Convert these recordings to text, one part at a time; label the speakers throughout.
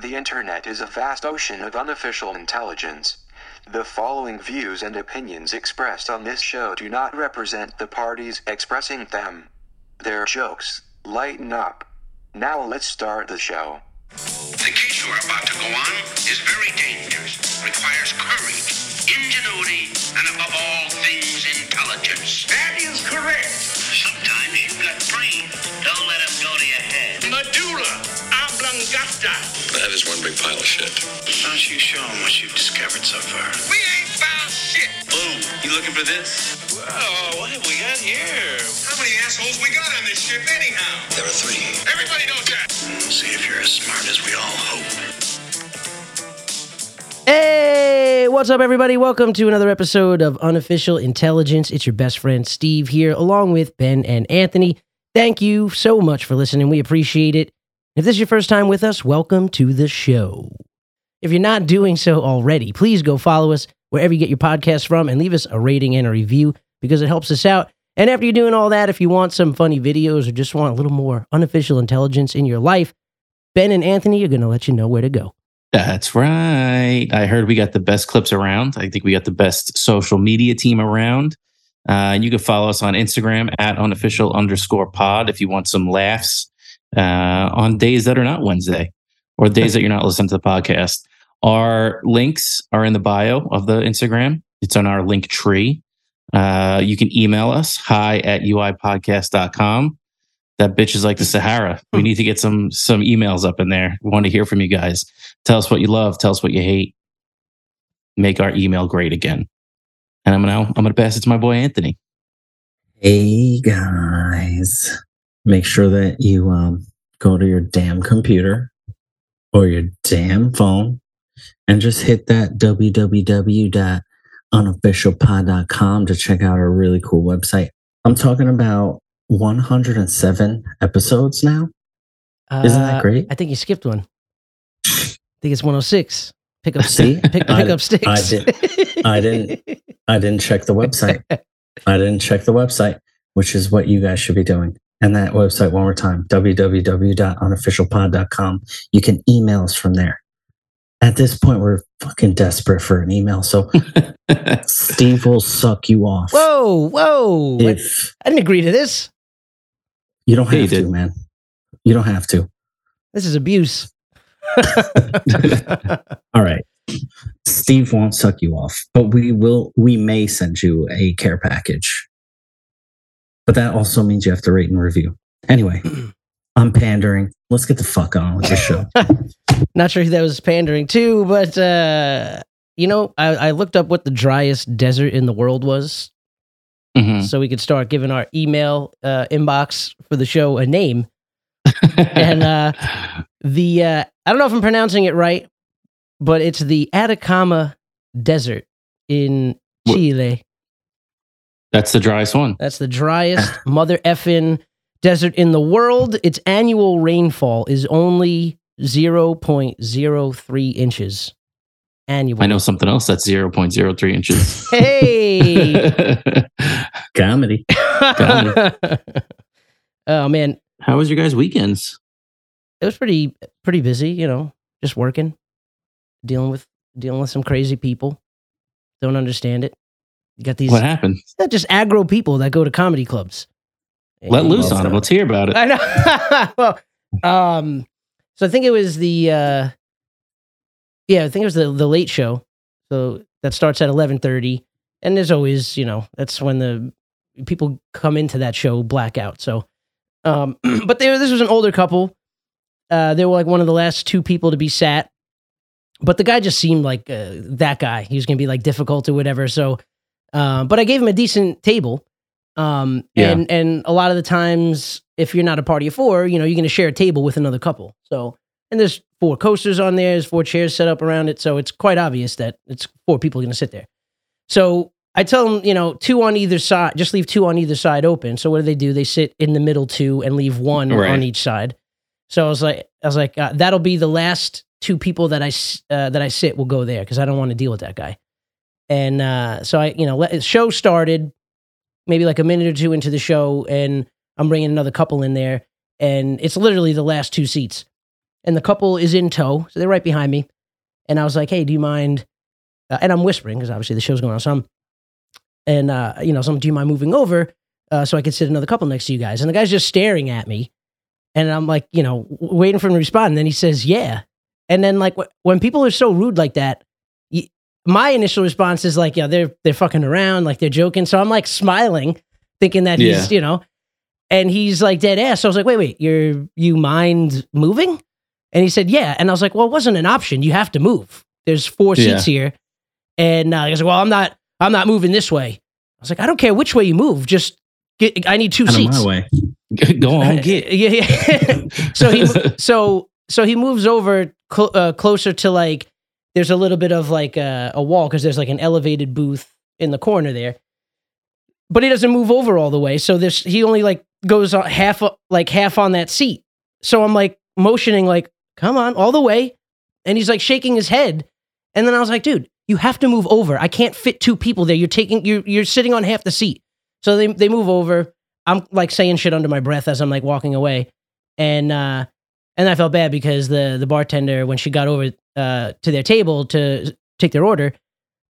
Speaker 1: The internet is a vast ocean of unofficial intelligence. The following views and opinions expressed on this show do not represent the parties expressing them. They're jokes. Lighten up. Now let's start the show.
Speaker 2: The case you are about to go on is very dangerous, requires courage, ingenuity, and above all things, intelligence. That is correct. Sometimes you've got brains. Don't let them go to your head. Medulla oblongata.
Speaker 3: That is one big pile of shit.
Speaker 2: Why don't you show them what you've discovered so far? We ain't found shit.
Speaker 3: Boom. You looking for this? Whoa, what have we got here?
Speaker 2: How many assholes we got on this ship anyhow?
Speaker 3: There are three.
Speaker 2: Everybody knows that. See if you're as smart as we all hope.
Speaker 4: Hey, what's up, everybody? Welcome to another episode of Unofficial Intelligence. It's your best friend Steve here, along with Ben and Anthony. Thank you so much for listening. We appreciate it. If this is your first time with us, welcome to the show. If you're not doing so already, please go follow us wherever you get your podcasts from and leave us a rating and a review because it helps us out. And after you're doing all that, if you want some funny videos or just want a little more unofficial intelligence in your life, Ben and Anthony are going to let you know where to go.
Speaker 5: That's right. I heard we got the best clips around. I think we got the best social media team around. Uh, and you can follow us on Instagram at unofficial underscore pod if you want some laughs uh, on days that are not Wednesday or days that you're not listening to the podcast. Our links are in the bio of the Instagram, it's on our link tree. Uh, you can email us hi at uipodcast.com. That bitch is like the Sahara. We need to get some some emails up in there. We want to hear from you guys. Tell us what you love. Tell us what you hate. Make our email great again. And I'm gonna I'm gonna pass it to my boy Anthony.
Speaker 6: Hey guys, make sure that you um, go to your damn computer or your damn phone and just hit that www.unofficialpod.com to check out our really cool website. I'm talking about 107 episodes now. Isn't that
Speaker 4: Uh,
Speaker 6: great?
Speaker 4: I think you skipped one. I think it's 106. Pick up,
Speaker 6: See?
Speaker 4: pick, pick
Speaker 6: I-
Speaker 4: up sticks.
Speaker 6: I didn't- I didn't- I didn't check the website. I didn't check the website, which is what you guys should be doing. And that website, one more time, www.unofficialpod.com. You can email us from there. At this point, we're fucking desperate for an email. So Steve will suck you off.
Speaker 4: whoa, whoa! I-
Speaker 6: If
Speaker 4: I didn't agree to this.
Speaker 6: you don't
Speaker 5: Yeah, you
Speaker 6: have to,
Speaker 5: did.
Speaker 6: man. You don't have to.
Speaker 4: This is abuse.
Speaker 6: All right. Steve won't suck you off, but we will, we may send you a care package. But that also means you have to rate and review. Anyway, I'm pandering. Let's get the fuck on with the show.
Speaker 4: Not sure who that was pandering to, but uh, you know, I, I looked up what the driest desert in the world was,
Speaker 6: Hmm.
Speaker 5: Mhm.
Speaker 4: so we could start giving our email uh, inbox for the show a name. And uh, the uh, I don't know if I'm pronouncing it right, but it's the Atacama Desert in
Speaker 5: Wh-
Speaker 4: Chile.
Speaker 5: That's the driest one.
Speaker 4: That's the driest mother effin desert in the world. Its annual rainfall is only 0.03 inches annual.
Speaker 5: I know something else that's 0.03 inches.
Speaker 4: Hey.
Speaker 6: Comedy.
Speaker 4: oh man,
Speaker 5: How was your guys' weekends?
Speaker 4: it was pretty pretty busy, you know, just working, dealing with dealing with some crazy people. Don't understand it. You got these
Speaker 5: What happened?
Speaker 4: not just aggro people that go to comedy clubs.
Speaker 5: Let
Speaker 4: And-
Speaker 5: loose on them. Let's hear about it.
Speaker 4: I know. well, um, so I think it was the uh, yeah, I think it was the the late show. So that starts at eleven thirty, and there's always you know that's when the people come into that show blackout. So, um, but they, were- this was an older couple. Uh, they were like one of the last two people to be sat, but the guy just seemed like uh, that guy. He was gonna be like difficult or whatever. So, um, but I gave him a decent table. Um,
Speaker 5: Yeah.
Speaker 4: and and a lot of the times, if you're not a party of four, you know you're gonna share a table with another couple. So, and there's four coasters on there. There's four chairs set up around it. So it's quite obvious that it's four people gonna sit there. So I tell them, you know, two on either side. Just leave two on either side open. So what do they do? They sit in the middle two and leave one
Speaker 5: Right.
Speaker 4: on each side. So I was like, I was like, uh, that'll be the last two people that I s- uh, that I sit will go there because I don't want to deal with that guy. And uh, so I, you know, let, show started maybe like a minute or two into the show, and I'm bringing another couple in there, and it's literally the last two seats. and the couple is in tow, so they're right behind me. And I was like, "Hey, do you mind?" Uh, and I'm whispering because obviously the show's going on. So I'm, and uh, you know, so I'm, do you mind moving over uh, so I could sit another couple next to you guys? And the guy's just staring at me, and I'm like, you know, w- waiting for him to respond. And then he says, "Yeah." And then like wh- when people are so rude like that, y- my initial response is like, "Yeah, they're they're fucking around, like they're joking." So I'm like smiling, thinking that he's you know, and he's like dead ass. So I was like, "Wait, wait, you're you mind moving?" And he said, "Yeah." And I was like, "Well, it wasn't an option. You have to move. There's four
Speaker 5: Yeah.
Speaker 4: seats here." And uh, he was like, "Well, I'm not. I'm not moving this way." I was like, "I don't care which way you move. Just get. I need two
Speaker 6: Out of
Speaker 4: seats."
Speaker 6: my way.
Speaker 5: Go on, get.
Speaker 4: yeah, yeah. so he mo- so so he moves over cl- uh, closer to like there's a little bit of like uh, a, a wall because there's like an elevated booth in the corner there but he doesn't move over all the way so this he only like goes on half o- like half on that seat so i'm like motioning like come on all the way and he's like shaking his head and then i was like dude you have to move over i can't fit two people there you're taking you're, you're sitting on half the seat so they, they move over i'm like saying shit under my breath as i'm like walking away and uh and I felt bad because the the bartender when she got over uh, to their table to take their order,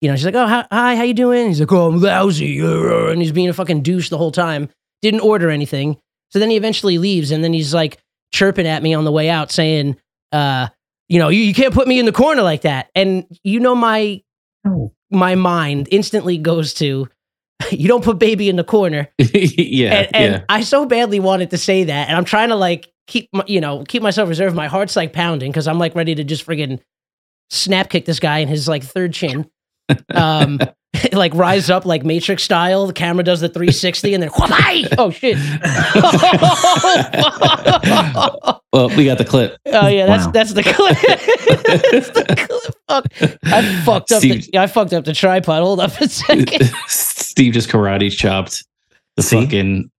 Speaker 4: you know, she's like, "Oh, hi, hi, how you doing?" He's like, "Oh, I'm lousy," and he's being a fucking douche the whole time. Didn't order anything, so then he eventually leaves, and then he's like chirping at me on the way out, saying, uh, "You know, you, you can't put me in the corner like that." And you know, my
Speaker 6: No.
Speaker 4: my mind instantly goes to, "You don't put baby in the corner."
Speaker 5: yeah,
Speaker 4: and, and I so badly wanted to say that, and I'm trying to like keep my, you know keep myself reserved. My heart's like pounding because I'm like ready to just friggin' snap kick this guy in his like third chin, um, like rise up like Matrix style. The camera does the 360, and then whoopai! oh shit. Oh,
Speaker 5: yeah. well, we got the clip.
Speaker 4: Oh yeah, that's
Speaker 6: Wow.
Speaker 4: that's the clip. that's the clip. Fuck. I fucked up.
Speaker 5: Steve,
Speaker 4: The, I fucked up the tripod. Hold up a second.
Speaker 5: Steve just karate chopped the
Speaker 6: See?
Speaker 5: fucking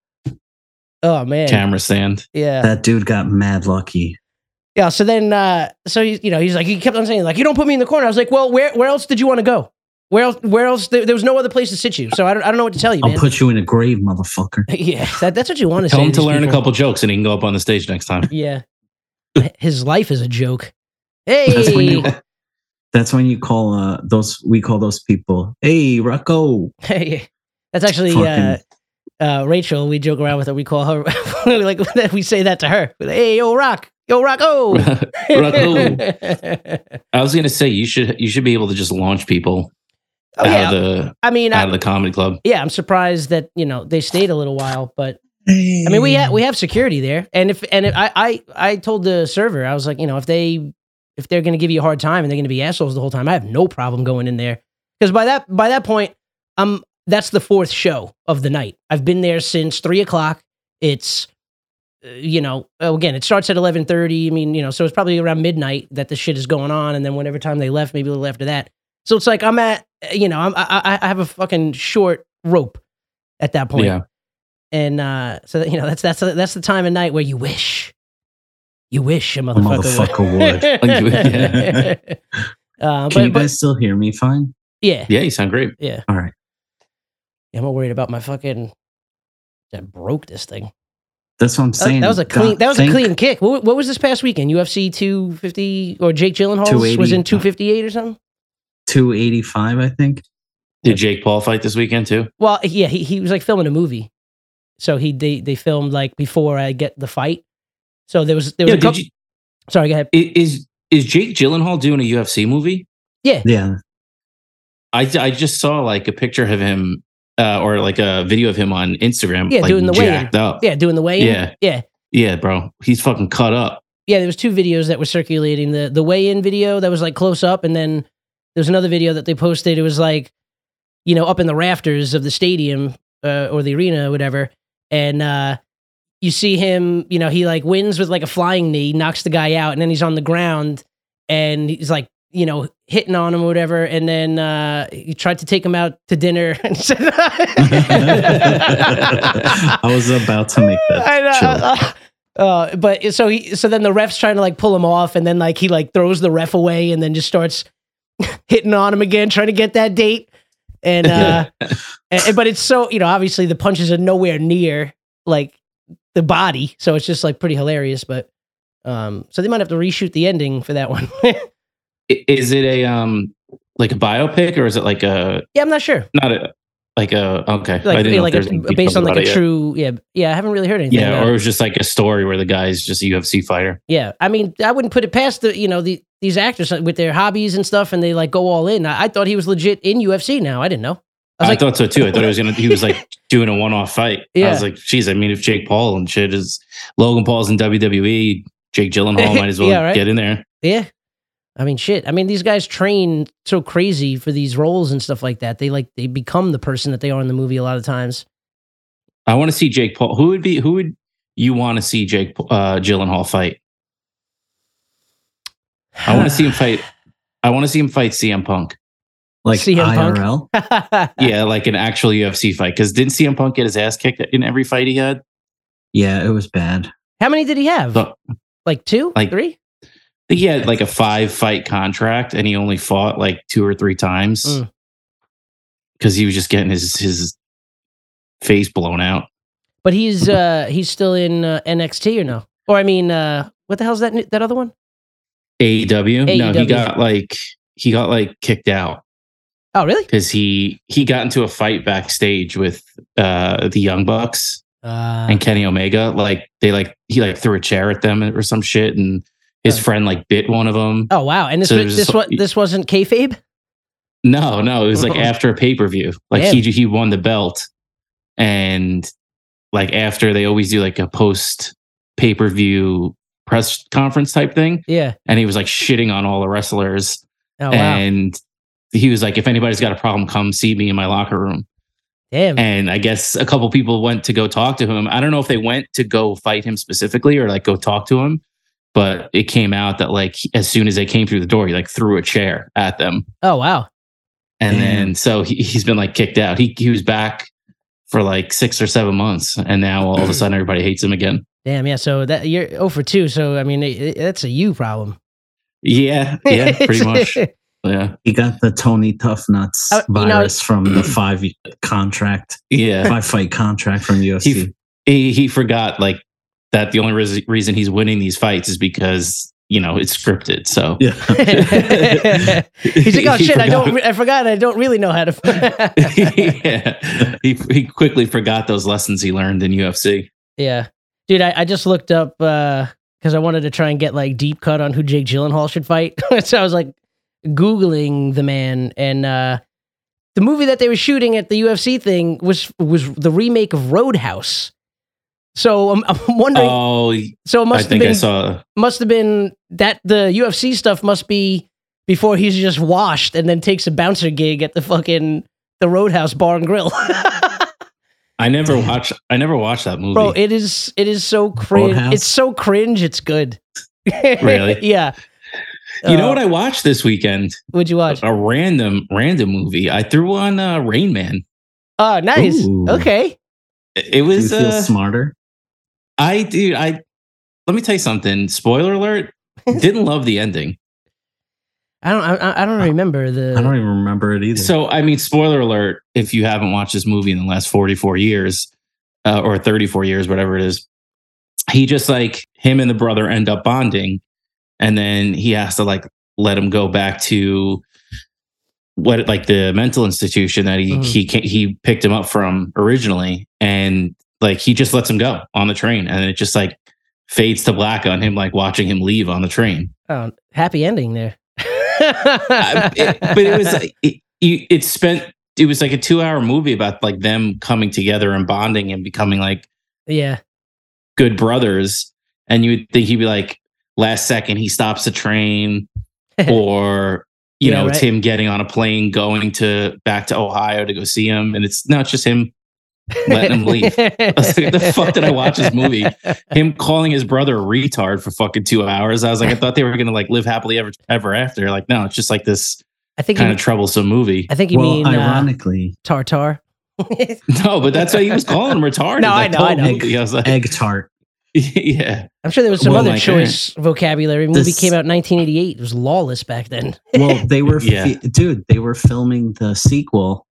Speaker 4: Oh man.
Speaker 5: camera stand.
Speaker 4: Yeah.
Speaker 6: That dude got mad lucky.
Speaker 4: Yeah. So then, uh, so he, you know, he's like, he kept on saying, like, you don't put me in the corner. I was like, well, where, where else did you want to go? Where else? Where else? There, there was no other place to sit you. So I don't, I don't know what to tell you,
Speaker 6: I'll
Speaker 4: man.
Speaker 6: put you in a grave, motherfucker.
Speaker 4: yeah, that, that's what you want to
Speaker 5: Tell
Speaker 4: say.
Speaker 5: him to
Speaker 4: these
Speaker 5: learn a
Speaker 4: people.
Speaker 5: couple jokes, and he can go up on the stage next time.
Speaker 4: Yeah, his life is a joke. Hey,
Speaker 6: That's when you. That's when you call uh, those. We call those people. Hey, Rocco.
Speaker 4: hey, that's actually uh,
Speaker 6: Fucking-
Speaker 4: uh, Rachel. We joke around with her. We call her like we say that to her. We're like, hey, yo, rock, yo, rock, oh,
Speaker 5: Rocco. I was gonna say you should you should be able to just launch people
Speaker 4: Oh,
Speaker 5: out
Speaker 4: yeah.
Speaker 5: of the
Speaker 4: I mean,
Speaker 5: out
Speaker 4: I,
Speaker 5: of the comedy club.
Speaker 4: yeah, I'm surprised that you know they stayed a little while, but I mean, we have we have security there, and if and if, I I I told the server I was like, you know, if they if they're going to give you a hard time and they're going to be assholes the whole time, I have no problem going in there because by that by that point, um, that's the fourth show of the night. I've been there since three o'clock. It's uh, you know oh, again it starts at 11.30 i mean you know so it's probably around midnight that this shit is going on and then whenever time they left maybe a little after that so it's like i'm at you know I'm, I, I- I have a fucking short rope at that point
Speaker 5: Yeah.
Speaker 4: and uh, so that, you know that's that's that's the time of night where you wish, you wish a
Speaker 6: A
Speaker 4: motherfucker,
Speaker 6: motherfucker
Speaker 4: would.
Speaker 6: would.
Speaker 4: uh,
Speaker 6: Can you
Speaker 4: but, but
Speaker 6: guys still hear me? Fine.
Speaker 4: yeah,
Speaker 5: Yeah, you sound great.
Speaker 4: yeah.
Speaker 6: All right.
Speaker 4: I'm not worried about my fucking. I broke this thing.
Speaker 6: That's what I'm
Speaker 4: That,
Speaker 6: saying.
Speaker 4: that was a clean.
Speaker 6: God,
Speaker 4: That was a
Speaker 6: thank
Speaker 4: clean kick. What, what was this past weekend? UFC 250 or Jake Gyllenhaal was
Speaker 6: 280.
Speaker 4: in 258 or something.
Speaker 6: 285, I think.
Speaker 5: Did Jake Paul fight this weekend too?
Speaker 4: Well, yeah, he, he was like filming a movie, so he they they filmed like before I get the fight. So there was there was
Speaker 5: Yeah,
Speaker 4: a couple,
Speaker 5: did you,
Speaker 4: sorry, go ahead.
Speaker 5: i- is is Jake Gyllenhaal doing a UFC movie?
Speaker 6: Yeah.
Speaker 5: I I just saw like a picture of him uh, or like a video of him on Instagram.
Speaker 4: Yeah,
Speaker 5: like,
Speaker 4: doing the weigh-in.
Speaker 5: jacked up.
Speaker 4: Yeah, doing the weigh-in.
Speaker 5: Yeah.
Speaker 4: yeah.
Speaker 5: Yeah, bro, he's fucking cut up.
Speaker 4: yeah, there was two videos that were circulating. The the weigh in video that was like close up, and then there was another video that they posted. It was like, you know, up in the rafters of the stadium uh, or the arena or whatever, and uh, you see him. You know, he like wins with like a flying knee, knocks the guy out, and then he's on the ground, and he's like, you know, hitting on him or whatever, and then uh, he tried to take him out to dinner and said.
Speaker 6: I was about to make that.
Speaker 4: I know.
Speaker 6: joke.
Speaker 4: Uh, but so he, so then the ref's trying to like pull him off, and then like he like throws the ref away, and then just starts hitting on him again, trying to get that date. And uh, and, but it's so you know obviously the punches are nowhere near like the body, so it's just like pretty hilarious. But Um, so they might have to reshoot the ending for that one. yeah,
Speaker 5: I- Is it a um like a biopic or is it like a
Speaker 4: I'm not sure.
Speaker 5: not a like a okay? I
Speaker 4: Like,
Speaker 5: didn't know if
Speaker 4: like
Speaker 5: there's
Speaker 4: a,
Speaker 5: any details
Speaker 4: based on
Speaker 5: about
Speaker 4: like
Speaker 5: it
Speaker 4: a
Speaker 5: yet.
Speaker 4: true. Yeah, yeah. I haven't really heard anything.
Speaker 5: Yeah,
Speaker 4: about
Speaker 5: or
Speaker 4: it.
Speaker 5: it was just like a story where the guy's just a UFC fighter.
Speaker 4: yeah. I mean, I wouldn't put it past the you know the these actors uh, with their hobbies and stuff, and they like go all in. I, I thought he was legit in UFC. Now I didn't know. I
Speaker 5: I,
Speaker 4: was like,
Speaker 5: thought so too. I thought he was gonna he was like doing a one off fight. I
Speaker 4: Yeah.
Speaker 5: was like, geez, I mean if Jake Paul and shit is Logan Paul's in WWE, Jake Gyllenhaal might as well
Speaker 4: Yeah, right.
Speaker 5: get in there.
Speaker 4: Yeah. I mean, shit. I mean, these guys train so crazy for these roles and stuff like that. They like they become the person that they are in the movie a lot of times.
Speaker 5: I want to see Jake Paul. Who would be who would you want to see Jake uh Gyllenhaal fight? I want to see him fight I want to see him fight CM Punk.
Speaker 6: Like
Speaker 4: CM Punk.
Speaker 6: IRL.
Speaker 4: Uh,
Speaker 5: Yeah, like an actual UFC fight. Because didn't CM Punk get his ass kicked in every fight he had?
Speaker 6: Yeah, it was bad.
Speaker 4: How many did he have?
Speaker 5: So-
Speaker 4: like two,
Speaker 5: like-
Speaker 4: three?
Speaker 5: I think he had like a five fight contract and he only fought like two or three times
Speaker 4: Mm.
Speaker 5: because he was just getting his his face blown out.
Speaker 4: But he's uh he's still in uh, NXT or no? Or I mean, uh what the hell's that new- that other one?
Speaker 5: AEW? E No,
Speaker 4: AEW.
Speaker 5: he got like he got like kicked out
Speaker 4: Oh, really?
Speaker 5: because he he got into a fight backstage with uh the Young Bucks
Speaker 4: Uh,
Speaker 5: and Kenny Omega. Like they like he like threw a chair at them or some shit and his
Speaker 4: Oh.
Speaker 5: friend like bit one of them.
Speaker 4: oh wow! And this
Speaker 5: So
Speaker 4: was,
Speaker 5: there's
Speaker 4: this
Speaker 5: just-
Speaker 4: was this wasn't kayfabe.
Speaker 5: No, no, it was like after a pay per view. Like he he won the belt, and like after they always do like a post pay per view press conference type thing,
Speaker 4: Yeah.
Speaker 5: and he was like shitting on all the wrestlers,
Speaker 4: Oh wow!
Speaker 5: and he was like, if anybody's got a problem, come see me in my locker room.
Speaker 4: Damn.
Speaker 5: And I guess a couple people went to go talk to him. I don't know if they went to go fight him specifically or like go talk to him, but it came out that like as soon as they came through the door, he like threw a chair at them.
Speaker 4: oh wow!
Speaker 5: And
Speaker 6: Damn.
Speaker 5: then so he, he's been like kicked out. He he was back for like six or seven months, and now all of a sudden everybody hates him again.
Speaker 4: Damn. Yeah. So that you're oh for two. So I mean, it, it- that's a you problem.
Speaker 5: Yeah, yeah, pretty much. Yeah,
Speaker 6: He got the Tony Tough Nuts
Speaker 4: Uh, you know-
Speaker 6: virus from the five y- contract,
Speaker 5: yeah.
Speaker 6: five fight contract from UFC.
Speaker 5: He, he he forgot like that. The only reas- reason he's winning these fights is because you know it's scripted. So
Speaker 6: yeah.
Speaker 4: He's like, oh
Speaker 5: He
Speaker 4: shit! I don't.
Speaker 5: forgot.
Speaker 4: Re- I forgot. I don't really know how to.
Speaker 5: yeah, he he quickly forgot those lessons he learned in UFC.
Speaker 4: yeah, dude. I, I just looked up because I wanted to try and get like deep cut on who Jake Gyllenhaal should fight. so I was like googling the man, and uh, the movie that they were shooting at the UFC thing was was the remake of Roadhouse. So I'm, I'm wondering.
Speaker 5: Oh,
Speaker 4: so it
Speaker 5: I
Speaker 4: must have
Speaker 5: think I
Speaker 4: been
Speaker 5: saw.
Speaker 4: must have been that the UFC stuff must be before he's just washed and then takes a bouncer gig at the fucking the Roadhouse Bar and Grill.
Speaker 5: I never watched. I never watched that movie.
Speaker 4: Bro, it is it is so cringe.
Speaker 6: Roadhouse?
Speaker 4: It's so cringe. It's good.
Speaker 5: Really?
Speaker 4: yeah. uh,
Speaker 5: you know what I watched this weekend?
Speaker 4: Would you watch?
Speaker 5: a random random movie. I threw on uh, Rain Man.
Speaker 4: Oh, nice.
Speaker 6: Ooh.
Speaker 4: Okay.
Speaker 5: It it
Speaker 6: Do you
Speaker 5: was
Speaker 6: feel
Speaker 5: uh,
Speaker 6: smarter?
Speaker 5: I dude I let me tell you something. Spoiler alert. Didn't love the ending.
Speaker 4: I don't. I- I, I don't remember the.
Speaker 6: I don't even remember it either.
Speaker 5: So I mean, spoiler alert. If you haven't watched this movie in the last forty four years uh, or thirty four years, whatever it is, he just like him and the brother end up bonding, and then he has to like let him go back to what like the mental institution that he
Speaker 4: Mhm.
Speaker 5: he ca- he picked him up from originally and like he just lets him go on the train and it just like fades to black on him like watching him leave on the train
Speaker 4: oh, happy ending there.
Speaker 5: I- it- but it was like it, you- it spent it was like a two hour movie about like them coming together and bonding and becoming like
Speaker 4: yeah.
Speaker 5: good brothers and you would think he'd be like last second he stops the train or you
Speaker 4: Yeah,
Speaker 5: know it's
Speaker 4: right.
Speaker 5: him getting on a plane going to back to ohio to go see him and it's not just him letting him leave I was like, the fuck did I watch this movie? him calling his brother a retard for fucking two hours i was like i thought they were gonna like live happily ever ever after like no it's just like this
Speaker 4: I think. You,
Speaker 5: kind of troublesome movie
Speaker 4: I think you
Speaker 6: well,
Speaker 4: mean uh,
Speaker 6: ironically,
Speaker 4: tartar.
Speaker 5: No, but that's why he was calling him retarded.
Speaker 4: No, I
Speaker 5: like,
Speaker 4: know,
Speaker 5: the
Speaker 4: I
Speaker 5: whole
Speaker 4: know.
Speaker 5: movie. I was like,
Speaker 6: egg tart.
Speaker 5: yeah.
Speaker 4: I'm sure there was some
Speaker 5: Well,
Speaker 4: other
Speaker 5: like, eh,
Speaker 4: choice vocabulary. Movie
Speaker 6: this-
Speaker 4: came out in 1988. It was lawless back then.
Speaker 6: Well, they were,
Speaker 5: Yeah.
Speaker 6: fi- dude. They were filming the sequel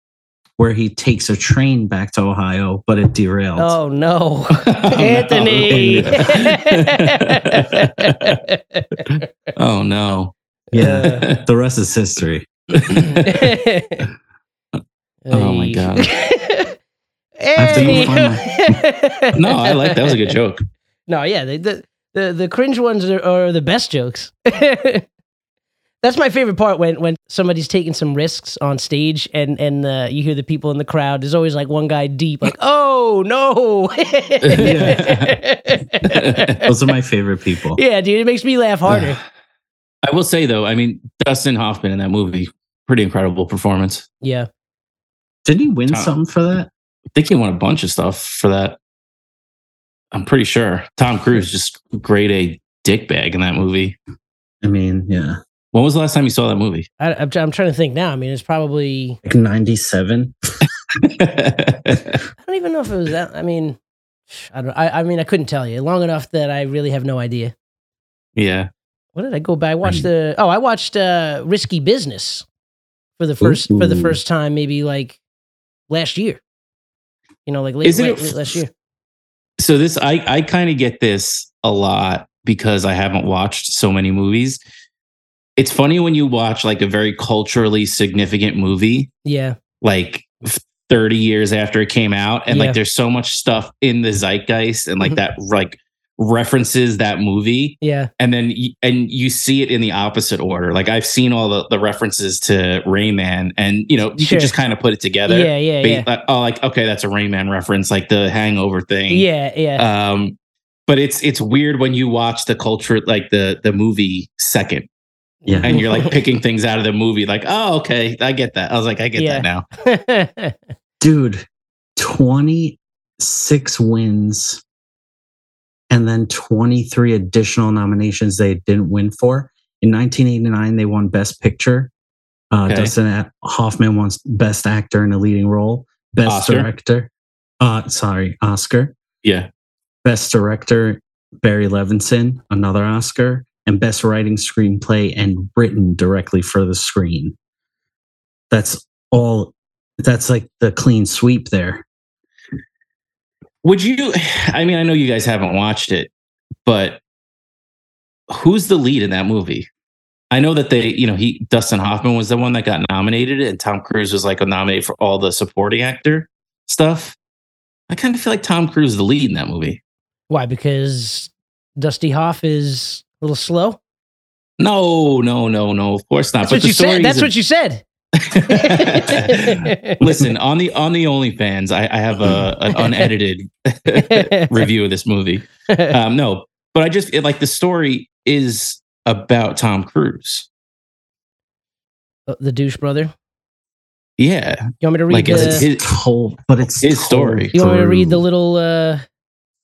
Speaker 6: where he takes a train back to Ohio, but it derailed.
Speaker 4: Oh no, Anthony!
Speaker 5: oh no.
Speaker 6: Yeah,
Speaker 4: Oh,
Speaker 6: the rest is history.
Speaker 5: Oh, my God.
Speaker 6: have to go
Speaker 4: Hey.
Speaker 5: no, I like that was a good joke.
Speaker 4: No, yeah, the the the, the cringe ones are, are the best jokes. That's my favorite part when when somebody's taking some risks on stage and and uh, you hear the people in the crowd. There's always like one guy deep, like, oh no. yeah.
Speaker 6: Those are my favorite people.
Speaker 4: dude, it makes me laugh harder.
Speaker 5: I will say though, I mean Dustin Hoffman in that movie, pretty incredible performance.
Speaker 4: yeah,
Speaker 6: Didn't he win
Speaker 5: Tom.
Speaker 6: something for that?
Speaker 5: I think he won a bunch of stuff for that. I'm pretty sure Tom Cruise just grade a dickbag in that movie.
Speaker 6: I mean, yeah,
Speaker 5: When was the last time you saw that movie?
Speaker 4: I, I'm, I'm trying to think now. I mean, it's probably
Speaker 6: like ninety-seven.
Speaker 4: I don't even know if it was that. I mean, I don't. I, I mean, I couldn't tell you long enough that I really have no idea.
Speaker 5: yeah.
Speaker 4: What did I go by? I watched the oh, I watched uh, Risky Business for the first for the
Speaker 6: Ooh.
Speaker 4: first time, maybe like last year. You know, like late,
Speaker 5: Isn't
Speaker 4: late,
Speaker 5: it-
Speaker 4: late last year.
Speaker 5: So this I I kind of get this a lot because I haven't watched so many movies. It's funny when you watch like a very culturally significant movie
Speaker 4: Yeah,
Speaker 5: like 30 years after it came out and
Speaker 4: Yeah.
Speaker 5: like there's so much stuff in the zeitgeist and like
Speaker 4: Mhm.
Speaker 5: that like references that movie
Speaker 4: yeah,
Speaker 5: and then y- and you see it in the opposite order like i've seen all the, the references to rayman and you know you
Speaker 4: Sure.
Speaker 5: can just kind of put it together
Speaker 4: yeah, yeah,
Speaker 5: Ba-
Speaker 4: yeah,
Speaker 5: like, oh like okay that's a rayman reference like the hangover thing
Speaker 4: yeah, yeah.
Speaker 5: um but it's it's weird when you watch the culture like the the movie second
Speaker 6: Yeah.
Speaker 5: and you're like picking things out of the movie like oh okay i get that i was like i get
Speaker 4: Yeah.
Speaker 5: that now
Speaker 6: dude 26 wins and then 23 additional nominations they didn't win for in 1989 they won best picture uh,
Speaker 5: Okay.
Speaker 6: dustin A- hoffman won best actor in a leading role best
Speaker 5: Oscar?
Speaker 6: director uh, sorry oscar
Speaker 5: yeah
Speaker 6: best director barry levinson another oscar and best writing screenplay and written directly for the screen that's all that's like the clean sweep there
Speaker 5: Would you? I mean, I know you guys haven't watched it, but who's the lead in that movie? I know that they, you know, he Dustin Hoffman was the one that got nominated, and Tom Cruise was like nominated for all the supporting actor stuff. I kind of feel like Tom Cruise is the lead in that movie.
Speaker 4: Why? Because Dusty Hoff is a little slow.
Speaker 5: No, no, no, no. Of course not.
Speaker 4: That's what you said. That's what you said.
Speaker 5: Listen on the on the OnlyFans. I, I have a an unedited review of this movie. um, no, but I just it, like the story is about Tom Cruise.
Speaker 4: the douche brother.
Speaker 5: Yeah,
Speaker 4: You want me to read
Speaker 5: like
Speaker 4: the?
Speaker 5: it's his,
Speaker 6: told but it's
Speaker 5: his
Speaker 6: told
Speaker 5: story.
Speaker 4: You want me to read the
Speaker 6: through.
Speaker 4: little? Uh,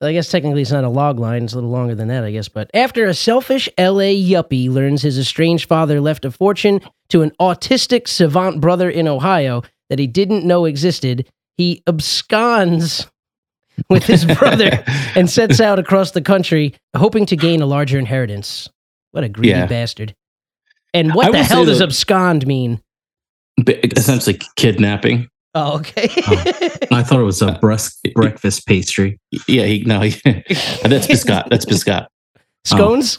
Speaker 4: I guess technically it's not a log line. It's a little longer than that, I guess. But after a selfish LA yuppie learns his estranged father left a fortune to an autistic savant brother in Ohio that he didn't know existed, he absconds with his brother and sets out across the country, hoping to gain a larger inheritance. What a greedy
Speaker 5: Yeah.
Speaker 4: bastard! And
Speaker 5: I
Speaker 4: what the
Speaker 5: will
Speaker 4: hell
Speaker 5: say
Speaker 4: does
Speaker 5: that-
Speaker 4: abscond mean?
Speaker 5: Ba- essentially kidnapping.
Speaker 4: Oh, okay.
Speaker 6: i thought it was a breast breakfast pastry
Speaker 5: Yeah, he no, he, that's Biscott. That's oh. Biscott.
Speaker 4: Scones.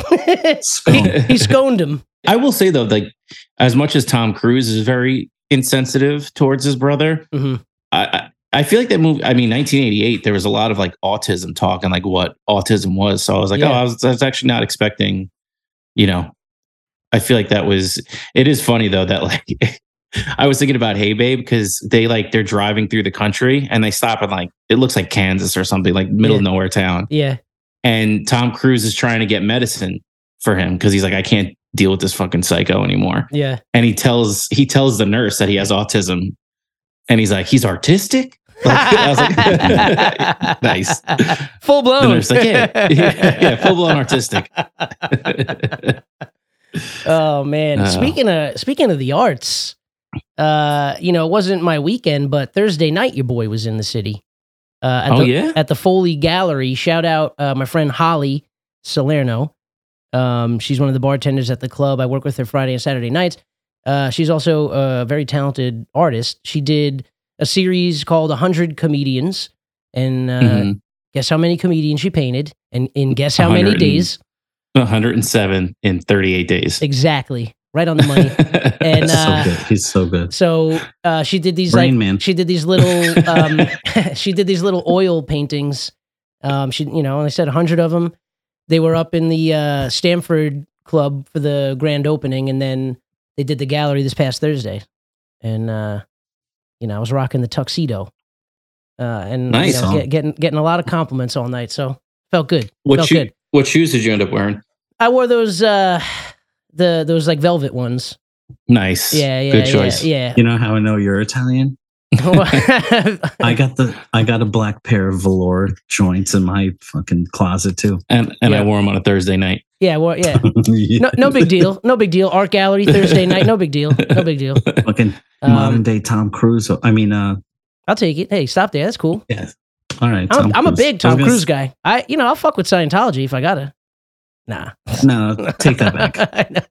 Speaker 6: Scone.
Speaker 4: he sconed him.
Speaker 5: I will say though, like as much as Tom Cruise is very insensitive towards his brother,
Speaker 4: Mhm.
Speaker 5: I. I I feel like that movie. I mean, 1988. There was a lot of like autism talk and like what autism was. So I was like,
Speaker 4: Yeah.
Speaker 5: oh, I was, I was actually not expecting. You know, I feel like that was. It is funny though that like I was thinking about Hey Babe because they like they're driving through the country and they stop at like it looks like Kansas or something like
Speaker 4: Yeah.
Speaker 5: middle of nowhere town
Speaker 4: Yeah.
Speaker 5: and Tom Cruise is trying to get medicine for him because he's like, I can't deal with this fucking psycho anymore.
Speaker 4: Yeah.
Speaker 5: And he tells he tells the nurse that he has autism, and he's like, he's artistic. Like, I was like, nice.
Speaker 4: Full blown.
Speaker 5: The nurse like, yeah, yeah, yeah, full blown artistic.
Speaker 4: Oh man.
Speaker 5: Oh.
Speaker 4: Speaking of speaking of the arts, uh, you know, it wasn't my weekend, but Thursday night your boy was in the city. Uh at
Speaker 5: oh
Speaker 4: the,
Speaker 5: yeah,
Speaker 4: at the Foley Gallery. Shout out uh, my friend Holly Salerno. Um, she's one of the bartenders at the club. I work with her Friday and Saturday nights. Uh, she's also a very talented artist. She did a series called 100 Comedians. And uh,
Speaker 5: Mhm.
Speaker 4: guess how many comedians she painted? And in guess how many
Speaker 5: 100 and-
Speaker 4: days?
Speaker 5: 107 in 38 days.
Speaker 4: Exactly. Right on the money. And, uh,
Speaker 6: so good. He's so good.
Speaker 4: so uh, she did these like
Speaker 6: Brain Man.
Speaker 4: she did these little um, she did these little oil paintings. Um, she you know, and I said a hundred of them. They were up in the uh, Stanford Club for the grand opening, and then they did the gallery this past Thursday. And uh, you know, I was rocking the tuxedo, uh, and
Speaker 5: Nice,
Speaker 4: you know,
Speaker 6: huh?
Speaker 4: get- getting getting a lot of compliments all night. So felt good.
Speaker 5: what,
Speaker 4: felt
Speaker 5: shoe-
Speaker 4: good.
Speaker 5: what shoes did you end up wearing?
Speaker 4: I wore those uh, the those like velvet ones.
Speaker 5: Nice.
Speaker 4: Yeah, yeah,
Speaker 5: Good choice.
Speaker 4: yeah,
Speaker 6: You know how I know you're Italian?
Speaker 4: yeah.
Speaker 6: I got the I got a black pair of velour joints in my fucking closet too.
Speaker 5: And, and I
Speaker 4: Yeah.
Speaker 5: wore them on a Thursday night.
Speaker 4: yeah, well, yeah. no, no big deal. No big deal. Art gallery Thursday night. No big deal. No big deal.
Speaker 6: Fucking modern
Speaker 4: Um,
Speaker 6: day Tom Cruise. I mean, uh,
Speaker 4: I'll take it. Hey, stop there. That's cool.
Speaker 6: yeah. All right,
Speaker 4: I'm, I'm a
Speaker 6: Cruise.
Speaker 4: big
Speaker 6: I was
Speaker 4: Tom
Speaker 6: gonna
Speaker 4: Cruise guy. I, you know, I'll fuck with Scientology if I gotta. Nah,
Speaker 6: s- No, take that back.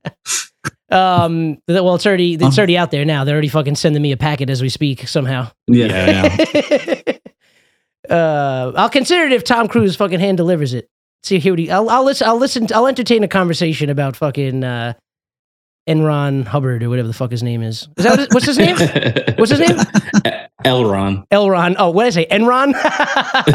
Speaker 4: um, th- well, it's already it's already out there now. They're already fucking sending me a packet as we speak somehow.
Speaker 6: Yeah,
Speaker 5: Yeah, I know.
Speaker 4: Uh-huh. uh, I'll consider it if Tom Cruise fucking hand delivers it. See, here what he, I'll, I'll listen. I'll listen. I'll entertain a conversation about fucking uh, Enron Hubbard or whatever the fuck his name is. Is that what- what's his name? What's his name?
Speaker 5: Elron.
Speaker 4: Elron. Oh, what did I say? Enron.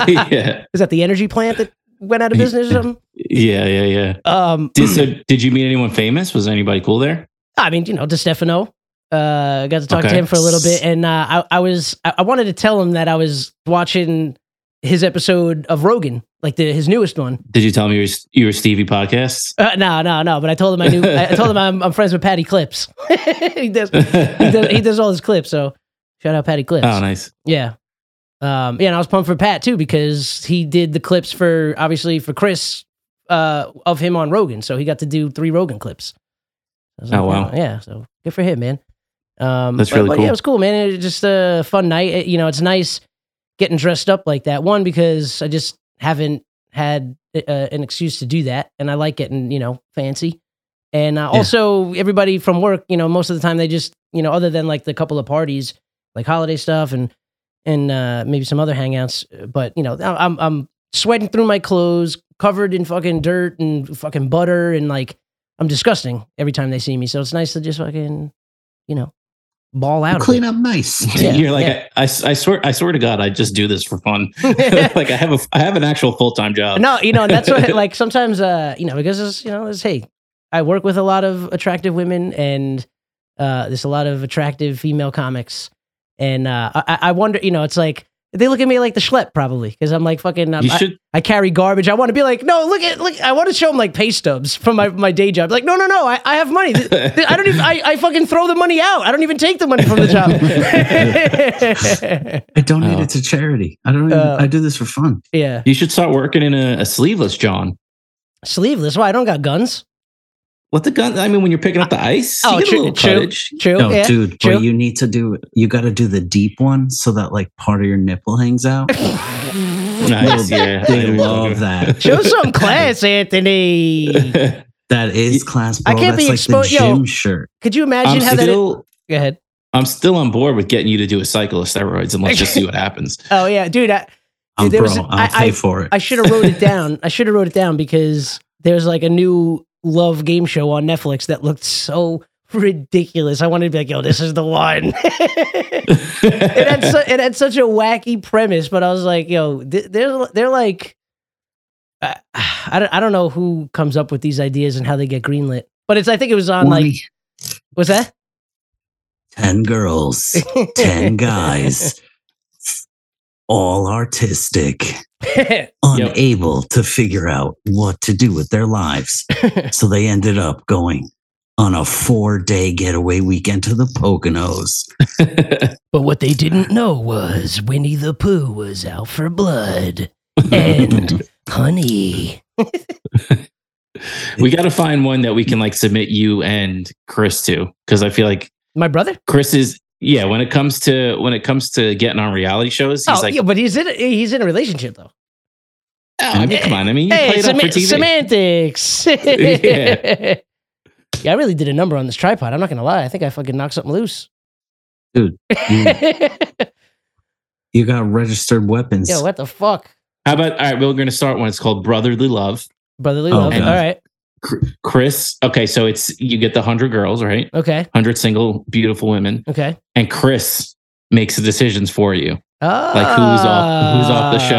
Speaker 5: yeah,
Speaker 4: Is that the energy plant that went out of business or something?
Speaker 5: yeah, yeah, yeah.
Speaker 4: Um,
Speaker 5: Did, so, did you meet anyone famous? Was anybody cool there?
Speaker 4: I mean, you know, DeStefano. Uh, got to talk to
Speaker 5: Okay.
Speaker 4: him for a little bit, and uh, I, I was, I, I wanted to tell him that I was watching his episode of Rogan, like the his newest one.
Speaker 5: Did you tell me you were, you were Stevie Podcasts?
Speaker 4: Uh, no, no, no. But I told him I knew. I I told him I'm, I'm friends with Patty Clips. he does, he does, he does all his clips. So shout out Patty Clips.
Speaker 5: Oh, nice.
Speaker 4: Yeah. Um, yeah, and I was pumped for Pat too because he did the clips for obviously for Chris uh, of him on Rogan, so he got to do three Rogan clips. I was
Speaker 5: Oh, wow.
Speaker 4: Yeah, so good for him, man. Um,
Speaker 5: That's
Speaker 4: but-
Speaker 5: really
Speaker 4: but
Speaker 5: cool.
Speaker 4: Yeah, it was cool, man. It was just a fun night. It- you know, it's nice getting dressed up like that. One because I just haven't had uh, an excuse to do that, and I like getting you know fancy. And uh,
Speaker 6: Yeah.
Speaker 4: also, everybody from work, you know, most of the time they just, you know, other than like the couple of parties, like holiday stuff and and uh, maybe some other hangouts. But you know, I- I'm I'm sweating through my clothes, covered in fucking dirt and fucking butter, and like I'm disgusting every time they see me. So it's nice to just fucking, you know, ball out. a
Speaker 6: clean
Speaker 4: bit.
Speaker 6: up nice.
Speaker 4: Yeah,
Speaker 5: You're like
Speaker 4: yeah.
Speaker 5: I, I, I swear I swear to God I just do this for fun. like I have a I have an actual full time job.
Speaker 4: no, you know, and that's what like sometimes uh, you know, because it's you know, it's hey, I work with a lot of attractive women and uh there's a lot of attractive female comics. And uh I, I wonder, you know, it's like they look at me like the schlep probably because I'm like fucking. I'm-
Speaker 5: you
Speaker 4: I,
Speaker 5: should
Speaker 4: I carry garbage. I want to be like, no, look at look. I want to show them like pay stubs from my, my day job. Like, no, no, no. I, I have money. Th- th- I don't even. I, I fucking throw the money out. I don't even take the money from the job.
Speaker 6: I donate
Speaker 5: Oh.
Speaker 6: it to charity. I don't. Even,
Speaker 4: Uh,
Speaker 6: I do this for fun.
Speaker 4: yeah,
Speaker 5: you should start working in a, a sleeveless John.
Speaker 4: sleeveless. Why I don't got guns?
Speaker 5: Let the gun. I mean, when you're picking up the ice,
Speaker 4: Oh,
Speaker 5: you get a
Speaker 4: true-
Speaker 5: little
Speaker 4: true.
Speaker 5: cuttage.
Speaker 4: True.
Speaker 6: No,
Speaker 4: yeah.
Speaker 6: dude.
Speaker 4: true.
Speaker 6: What you need to do, you got to do the deep one so that like part of your nipple hangs out.
Speaker 5: Nice, yeah.
Speaker 6: They love that.
Speaker 4: Show some class, Anthony.
Speaker 6: That is class. Bro.
Speaker 4: I can't
Speaker 6: That's
Speaker 4: be
Speaker 6: like
Speaker 4: expo-
Speaker 6: the
Speaker 4: yo.
Speaker 6: gym shirt.
Speaker 4: Could you
Speaker 5: I'm
Speaker 4: imagine how that? Go
Speaker 5: still
Speaker 4: ahead.
Speaker 5: I'm still on board with getting you to do a cycle of steroids and let's just see what happens.
Speaker 4: Oh yeah, dude. I,
Speaker 6: I'm
Speaker 4: Dude, there
Speaker 6: Oh, bro.
Speaker 4: was a-
Speaker 6: I'll
Speaker 4: I-
Speaker 6: pay for it.
Speaker 4: I should have wrote it down. I should have wrote it down because there's like a new love game show on Netflix that looked so ridiculous. I wanted to be like, yo, this is the one. it had su- it had such a wacky premise, but I was like, yo, th- they're they're like, I, I don't I don't know who comes up with these ideas and how they get greenlit, but it's I think it was on like
Speaker 6: Twenty-
Speaker 4: was that
Speaker 6: ten girls, ten guys, all artistic. unable to figure out what to do with their lives. so they ended up going on a four day getaway weekend to the Poconos.
Speaker 4: But what they didn't know was Winnie the Pooh was out for blood and honey.
Speaker 5: we got to find one that we can like submit you and Chris to because I feel like
Speaker 4: My brother?
Speaker 5: Chris is yeah when it comes to when it comes to getting on reality shows he's
Speaker 4: oh,
Speaker 5: like
Speaker 4: yeah, but he's in a, he's in a relationship though.
Speaker 5: oh, I mean come on I mean you
Speaker 4: Hey,
Speaker 5: played up for
Speaker 4: sema-
Speaker 5: TV
Speaker 4: semantics. yeah.
Speaker 5: Yeah.
Speaker 4: I really did a number on this tripod. I'm not gonna lie. I think I fucking knocked something loose.
Speaker 6: Dude, you- You got registered weapons.
Speaker 4: Yo, what the fuck?
Speaker 5: How about all right? We're going to start one. It's called Brotherly Love.
Speaker 4: Brotherly
Speaker 6: Oh,
Speaker 4: love.
Speaker 5: God.
Speaker 4: All right.
Speaker 5: Chris. Okay, so it's you get the hundred girls, right?
Speaker 4: Okay.
Speaker 5: Hundred single beautiful women,
Speaker 4: Okay.
Speaker 5: and Chris makes the decisions for you.
Speaker 4: Ah,
Speaker 5: who's off the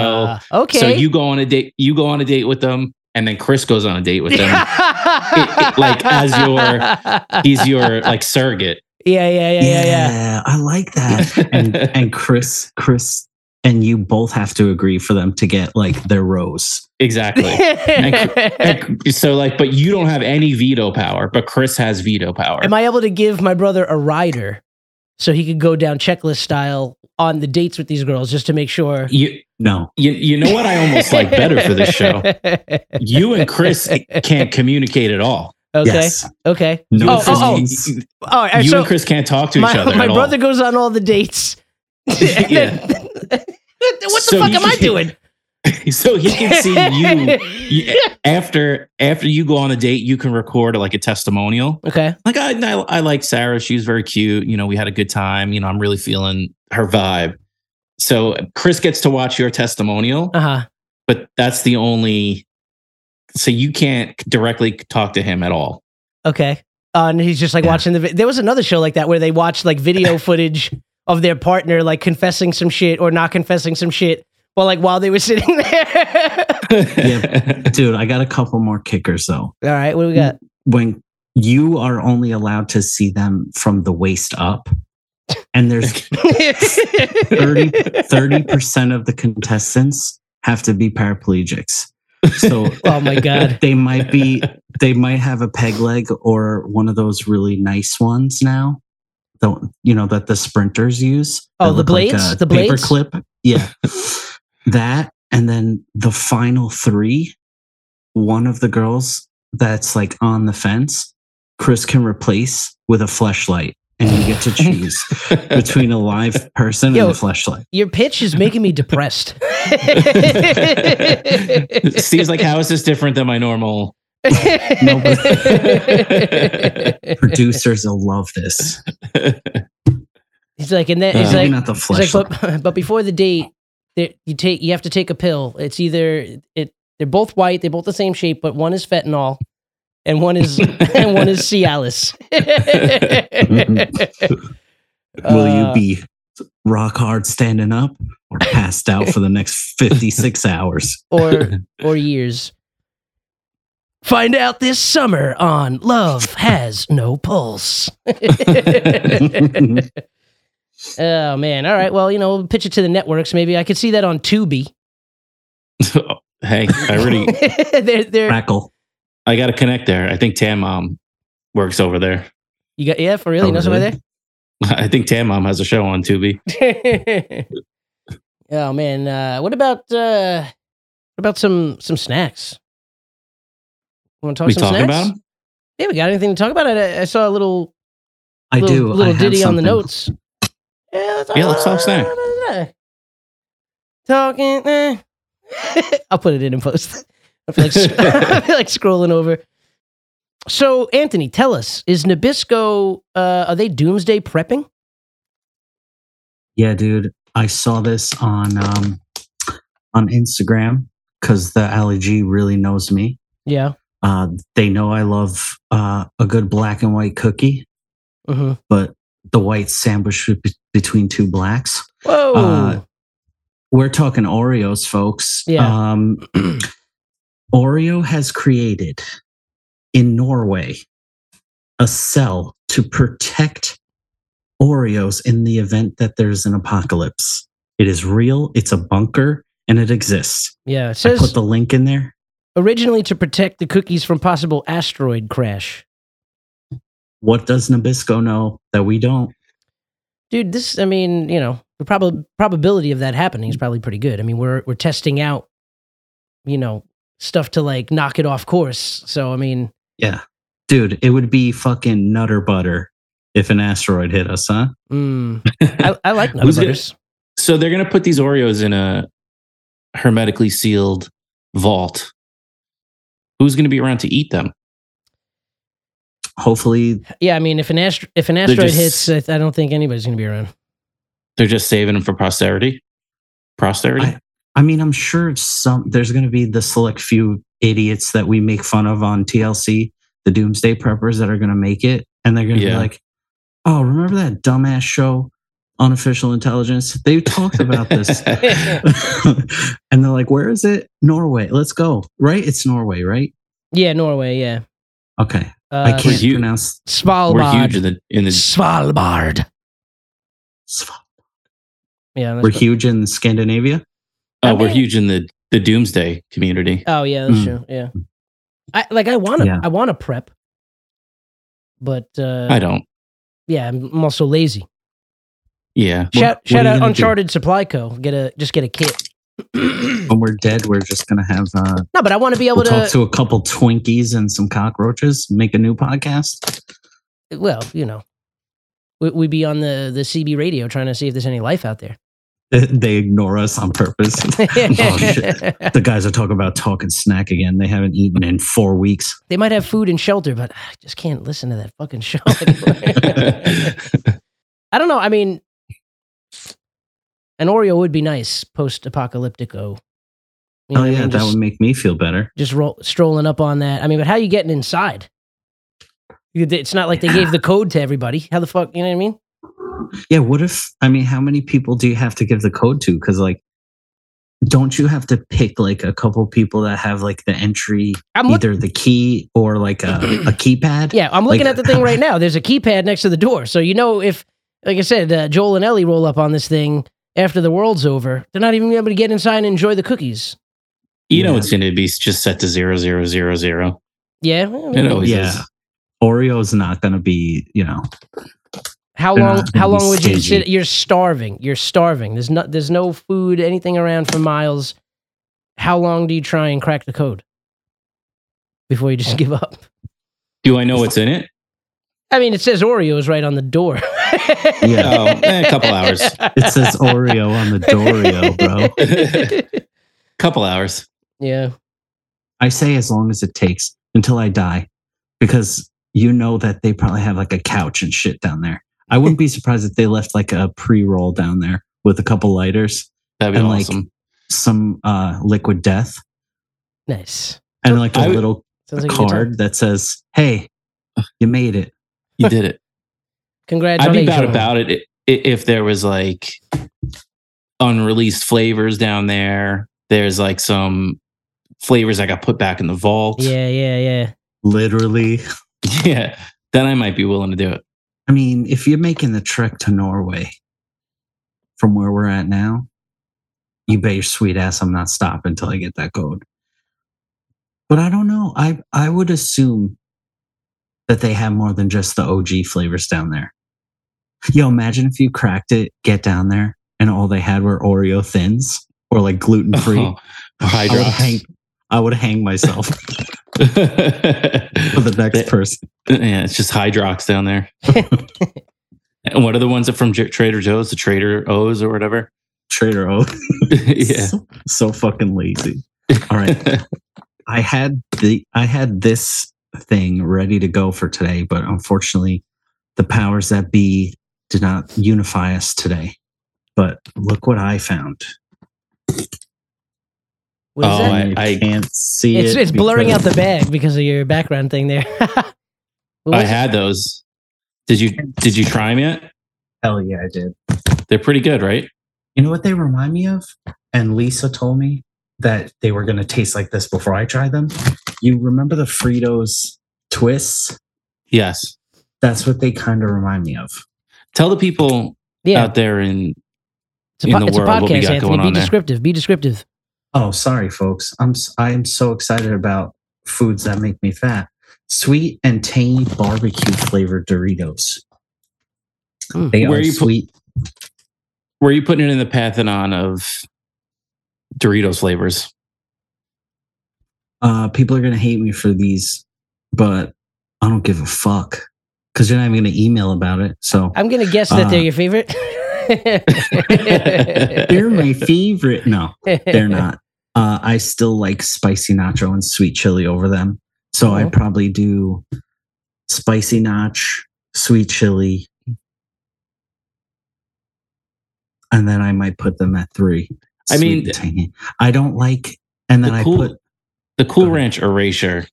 Speaker 5: show?
Speaker 4: Okay.
Speaker 5: So you go on a date. You go on a date with them, and then Chris goes on a date with them. it- like, as your- He's your like surrogate.
Speaker 4: Yeah, yeah, yeah, yeah, yeah.
Speaker 6: I like that. and and Chris, Chris, and you both have to agree for them to get like their rose.
Speaker 5: Exactly. And so like, but you don't have any veto power, but Chris has veto power.
Speaker 4: Am I able to give my brother a rider so he could go down checklist style on the dates with these girls just to make sure?
Speaker 5: you,
Speaker 6: No,
Speaker 5: you you know what I almost like better for this show. You and Chris can't communicate at all.
Speaker 4: Okay.
Speaker 6: yes,
Speaker 4: Okay.
Speaker 6: no.
Speaker 4: Oh,
Speaker 6: for
Speaker 4: oh, oh.
Speaker 6: these.
Speaker 4: All right.
Speaker 5: you
Speaker 4: so
Speaker 5: and Chris can't talk to each
Speaker 4: my,
Speaker 5: other.
Speaker 4: my
Speaker 5: at all.
Speaker 4: brother goes on all the dates. And then-
Speaker 5: Yeah.
Speaker 4: what the
Speaker 5: So
Speaker 4: fuck
Speaker 5: he-
Speaker 4: am I doing?
Speaker 5: so he can see you, you- after after you go on a date. You can record like a testimonial.
Speaker 4: Okay.
Speaker 5: Like I, I I like Sarah. She was very cute. You know, we had a good time. You know, I'm really feeling her vibe. So Chris gets to watch your testimonial,
Speaker 4: Uh huh.
Speaker 5: but that's the only. So you can't directly talk to him at all.
Speaker 4: Okay. Uh, and he's just like
Speaker 6: Yeah.
Speaker 4: watching the. Vi- there was another show like that where they watched like video footage of their partner like confessing some shit or not confessing some shit, while like while they were sitting there.
Speaker 6: dude, I got a couple more kickers though.
Speaker 4: All right, what do we got?
Speaker 6: When you are only allowed to see them from the waist up, and there's 30 percent of the contestants have to be paraplegics. So
Speaker 4: Oh my god.
Speaker 6: they might be they might have a peg leg or one of those really nice ones now. The you know that the sprinters use.
Speaker 4: Oh,
Speaker 6: that
Speaker 4: the
Speaker 6: look
Speaker 4: blades?
Speaker 6: a
Speaker 4: The blades?
Speaker 6: paper clip. Yeah, that and then the final three. One of the girls that's like on the fence, Chris can replace with a flashlight, and you get to choose between a live person
Speaker 4: Yo,
Speaker 6: and a flashlight.
Speaker 4: Your pitch is making me depressed.
Speaker 5: Steve's like, how is this different than my normal?
Speaker 6: No, Producers will love this.
Speaker 4: he's like, and then he's
Speaker 5: Uh,
Speaker 4: like,
Speaker 6: Maybe not the
Speaker 4: It's
Speaker 6: flashlight.
Speaker 4: like, but, but before the date, there- you take you have to take a pill. It's either it they're both white, they're both the same shape, but one is fentanyl, and one is and one is Cialis.
Speaker 6: Will
Speaker 4: Uh,
Speaker 6: you be rock hard standing up or passed out for the next 56 hours?
Speaker 4: or or years? Find out this summer on Love Has No Pulse. oh man! All right. Well, you know, pitch it to the networks. Maybe I could see that on Tubi.
Speaker 5: hey, I already
Speaker 4: they're, they're,
Speaker 6: Crackle.
Speaker 5: I got to connect there. I think Tam Mom works over there.
Speaker 4: you got yeah for really?
Speaker 6: Oh,
Speaker 4: no somebody
Speaker 6: really?
Speaker 4: there.
Speaker 5: I think Tam Mom has a show on Tubi.
Speaker 4: oh man, uh, what about uh, what about some some snacks? Want to talk
Speaker 5: we
Speaker 4: some
Speaker 5: talking
Speaker 4: snacks?
Speaker 5: about? 'em?
Speaker 4: Yeah, we got anything to talk about? I, I saw a little
Speaker 6: I
Speaker 4: little,
Speaker 6: do. I
Speaker 4: little
Speaker 6: have
Speaker 4: ditty on the
Speaker 6: something.
Speaker 4: notes. Yeah, let's,
Speaker 5: Yeah, let's talk snack.
Speaker 4: Talking. eh. I'll put it in and post. I feel like I feel like scrolling over. So, Anthony, tell us: Is Nabisco? Uh, are they doomsday prepping?
Speaker 6: Yeah, dude. I saw this on um, on Instagram because the Ali G really knows me.
Speaker 4: Yeah.
Speaker 6: Uh, they know I love uh, a good black and white cookie,
Speaker 4: hmm
Speaker 6: but the white sandwich be- between two blacks.
Speaker 4: Whoa.
Speaker 6: Uh, we're talking Oreos, folks.
Speaker 4: Yeah.
Speaker 6: Um, Oreo has created in Norway a cell to protect Oreos in the event that there's an apocalypse. It is real, it's a bunker, and it exists.
Speaker 4: yeah. It
Speaker 6: I
Speaker 4: says
Speaker 6: put the link in there.
Speaker 4: originally to protect the cookies from possible asteroid crash.
Speaker 6: What does Nabisco know that we don't?
Speaker 4: Dude, this I mean, you know, the prob- probability of that happening is probably pretty good. I mean, we're we're testing out you know, stuff to like knock it off course. So I mean,
Speaker 6: Yeah. Dude, it would be fucking nutter butter if an asteroid hit us, huh?
Speaker 4: mm, I, I like
Speaker 5: Who's gonna-
Speaker 4: numbers.
Speaker 5: So they're gonna put these Oreos in a hermetically sealed vault. Who's gonna be around to eat them?
Speaker 6: Hopefully,
Speaker 4: Yeah, I mean, if an astro- if an asteroid
Speaker 5: just-
Speaker 4: hits, I I don't think anybody's going to be around.
Speaker 5: They're just saving them for posterity. Posterity.
Speaker 6: I mean, I'm sure some there's going to be the select few idiots that we make fun of on TLC, the doomsday preppers that are going to make it, and they're going to be
Speaker 5: Yeah.
Speaker 6: like, "Oh, remember that dumbass show, Unofficial Intelligence? They talked about this." and they're like, "Where is it? Norway. Let's go. Right? It's Norway, right?
Speaker 4: yeah, Norway. Yeah,
Speaker 6: Okay.
Speaker 4: uh,
Speaker 6: I can't
Speaker 5: you-
Speaker 6: pronounce
Speaker 5: We're huge
Speaker 4: Svalbard.
Speaker 5: in the in the
Speaker 4: Svalbard.
Speaker 6: Sv-
Speaker 4: Yeah, that's
Speaker 6: We're
Speaker 4: what-
Speaker 6: huge in Scandinavia.
Speaker 5: oh, we're
Speaker 4: mean-
Speaker 5: huge in the the doomsday community.
Speaker 4: Oh yeah, that's
Speaker 6: Mm.
Speaker 4: true. Yeah, I like. I want to.
Speaker 6: Yeah.
Speaker 4: I want to prep, but uh,
Speaker 5: I don't.
Speaker 4: yeah, I'm I'm also lazy.
Speaker 5: Yeah.
Speaker 4: Shout,
Speaker 6: what
Speaker 4: shout
Speaker 6: are you
Speaker 4: out
Speaker 6: gonna do?
Speaker 4: Uncharted Supply Co. Get a just get a kit. no,
Speaker 6: When we're dead, we're just going to have uh,
Speaker 4: but I want to be able
Speaker 6: Oh. we'll
Speaker 4: to.
Speaker 6: talk to a couple Twinkies and some cockroaches. Make a new podcast.
Speaker 4: well, you know, we, we'd be on the the CB radio trying to see if there's any life out there.
Speaker 6: They ignore us on purpose. Oh, shit. the guys are talking about talking snack again. They haven't eaten in four weeks.
Speaker 4: they might have food and shelter, but I just can't listen to that fucking show. anymore. I don't know. I mean, an Oreo would be nice post apocalyptico.
Speaker 6: oh yeah, that would make me feel better.
Speaker 4: just roll, strolling up on that. I mean, but how you getting inside? You- It's not like they gave the code to everybody. How the fuck, you know what I mean?
Speaker 6: Yeah. What if? I mean, how many people do you have to give the code to? Because like, don't you have to pick like a couple people that have like the entry,
Speaker 4: I'm looking.
Speaker 6: either the key or like a, a keypad?
Speaker 4: Yeah, I'm looking
Speaker 6: like-
Speaker 4: at the thing right now. There's a keypad next to the door, so you know if, like I said, uh, Joel and Ellie roll up on this thing after the world's over, they're not even gonna be able to get inside and enjoy the cookies.
Speaker 5: you know
Speaker 6: Yeah.
Speaker 5: it's going to be just set to zero zero zero zero.
Speaker 4: Yeah.
Speaker 5: It always
Speaker 6: Yeah.
Speaker 5: is.
Speaker 6: Oreo's not gonna be, you know.
Speaker 4: How
Speaker 6: They're
Speaker 4: long?
Speaker 6: not gonna
Speaker 4: How
Speaker 6: be
Speaker 4: long would you
Speaker 6: stingy.
Speaker 4: sit? You're starving. You're starving. There's not. There's no food. Anything around for miles. How long do you try and crack the code before you
Speaker 6: Oh.
Speaker 4: just give up?
Speaker 5: Do I know what's in it?
Speaker 4: I mean, it says Oreos right on the door.
Speaker 6: Yeah.
Speaker 5: Oh, eh, a couple hours.
Speaker 6: It says Oreo on the Doreo, bro.
Speaker 5: Couple hours.
Speaker 4: yeah.
Speaker 6: I say as long as it takes until I die, because you know that they probably have like a couch and shit down there. I wouldn't be surprised if they left like a pre roll down there with a couple lighters,
Speaker 5: That'd be
Speaker 6: And, like,
Speaker 5: awesome.
Speaker 6: some uh, liquid death,
Speaker 4: Nice.
Speaker 6: and like a
Speaker 5: I would-
Speaker 6: little
Speaker 4: Sounds like a good time.
Speaker 6: card that says, "Hey, you made it."
Speaker 5: you did it. I'd be
Speaker 4: Congratulations.
Speaker 5: bad about it i- i- if there was like unreleased flavors down there. There's like some flavors I got put back in the vault.
Speaker 4: Yeah, yeah, yeah.
Speaker 6: Literally,
Speaker 5: Yeah. Then I might be willing to do it.
Speaker 6: I mean, if you're making the trek to Norway from where we're at now, you bet your sweet ass I'm not stopping until I get that code. But I don't know. I I would assume that they have more than just the OG flavors down there. Yo, imagine if you cracked it, get down there, and all they had were Oreo thins or like gluten free.
Speaker 5: Oh, or high
Speaker 6: I would
Speaker 5: drops.
Speaker 6: hang. I would hang myself for the next person.
Speaker 5: yeah, it's just Hydrox down there. and what are the ones that from J- Trader Joe's, the Trader O's or whatever?
Speaker 6: Trader O's.
Speaker 5: yeah.
Speaker 6: So, so fucking lazy. All right. I had the I had this thing ready to go for today, but unfortunately, the powers that be did not unify us today. But look what I found.
Speaker 4: What is
Speaker 5: Oh,
Speaker 4: that?
Speaker 5: I-
Speaker 6: You can't see
Speaker 4: it's
Speaker 6: it.
Speaker 4: it's blurring out
Speaker 6: because-
Speaker 4: the bag because of your background thing there. What
Speaker 5: I
Speaker 4: was it?
Speaker 5: had those. Did you did you try them yet?
Speaker 6: Hell yeah, I did.
Speaker 5: They're pretty good, right?
Speaker 6: You know what they remind me of? And Lisa told me that they were going to taste like this before I tried them. You remember the Fritos twists?
Speaker 5: Yes.
Speaker 6: That's what they kind of remind me of.
Speaker 5: Tell the people
Speaker 4: yeah.
Speaker 5: out there in
Speaker 4: It's a,
Speaker 5: in
Speaker 4: po-
Speaker 5: the
Speaker 4: it's a
Speaker 5: world, what we
Speaker 4: podcast,
Speaker 5: got
Speaker 4: Anthony.
Speaker 5: going
Speaker 4: Be
Speaker 5: on there.
Speaker 4: descriptive. Be descriptive.
Speaker 6: Oh, sorry, folks. I'm s- I am so excited about foods that make me fat. Sweet and tangy barbecue flavored Doritos.
Speaker 4: Mm.
Speaker 6: They
Speaker 5: Hmm. Where
Speaker 6: are
Speaker 5: you pu-
Speaker 6: sweet.
Speaker 5: were you putting it in the Pathanon of Doritos flavors?
Speaker 6: uh, people are gonna hate me for these, but I don't give a fuck because you're not even gonna email about it. So
Speaker 4: I'm gonna guess that they're
Speaker 6: Uh.
Speaker 4: your favorite.
Speaker 6: they're my favorite. No, they're not. Uh, I still like spicy nacho and sweet chili over them. So i
Speaker 4: Oh.
Speaker 6: probably do spicy notch, sweet chili. And then I might put them at three.
Speaker 5: I mean-
Speaker 6: Sweet tea. I don't like. And then
Speaker 5: The
Speaker 6: I
Speaker 5: cool-
Speaker 6: put
Speaker 5: The Cool
Speaker 6: Go ahead.
Speaker 5: Ranch erasure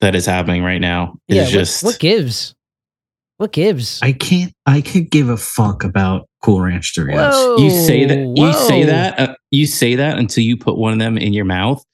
Speaker 5: that is happening right now is
Speaker 4: what-
Speaker 5: just
Speaker 4: what, gives? What gives?
Speaker 6: I can't. I could give a fuck about Cool Ranch Doritos.
Speaker 5: you say that
Speaker 4: Whoa,
Speaker 5: you say
Speaker 4: whoa.
Speaker 5: that uh, you say that until you put one of them in your mouth,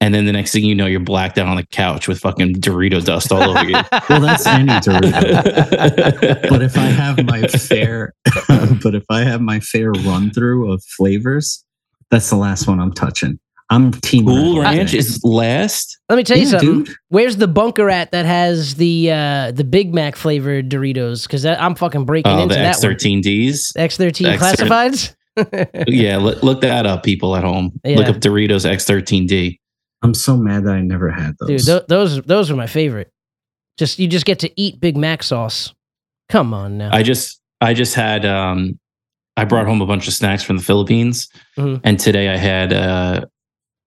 Speaker 5: and then the next thing you know, you're blacked out on the couch with fucking Dorito dust all over you.
Speaker 6: Well, that's any Dorito. but
Speaker 5: but
Speaker 6: if I have my fair, but if I have my fair run through of flavors, that's the last one I'm touching. I'm team
Speaker 5: Cool
Speaker 6: Rebel
Speaker 5: Ranch
Speaker 6: today.
Speaker 5: is last.
Speaker 4: Let me tell you
Speaker 6: Yeah,
Speaker 4: something.
Speaker 6: dude.
Speaker 4: Where's the bunker at that has the uh, the Big Mac flavored Doritos? Because I'm fucking breaking
Speaker 5: Oh,
Speaker 4: into
Speaker 5: the
Speaker 4: that
Speaker 5: X thirteen Ds.
Speaker 4: one. X13
Speaker 5: X13.
Speaker 4: classifieds.
Speaker 5: Yeah, look, look that up, people at home. Look
Speaker 4: Yeah.
Speaker 5: up Doritos X thirteen D.
Speaker 6: I'm so mad that I never had
Speaker 4: Dude,
Speaker 6: those.
Speaker 4: th- those those are my favorite. Just you just get to eat Big Mac sauce. Come on now.
Speaker 5: I just I just had um I brought home a bunch of snacks from the Philippines
Speaker 4: Mhm.
Speaker 5: and today I had uh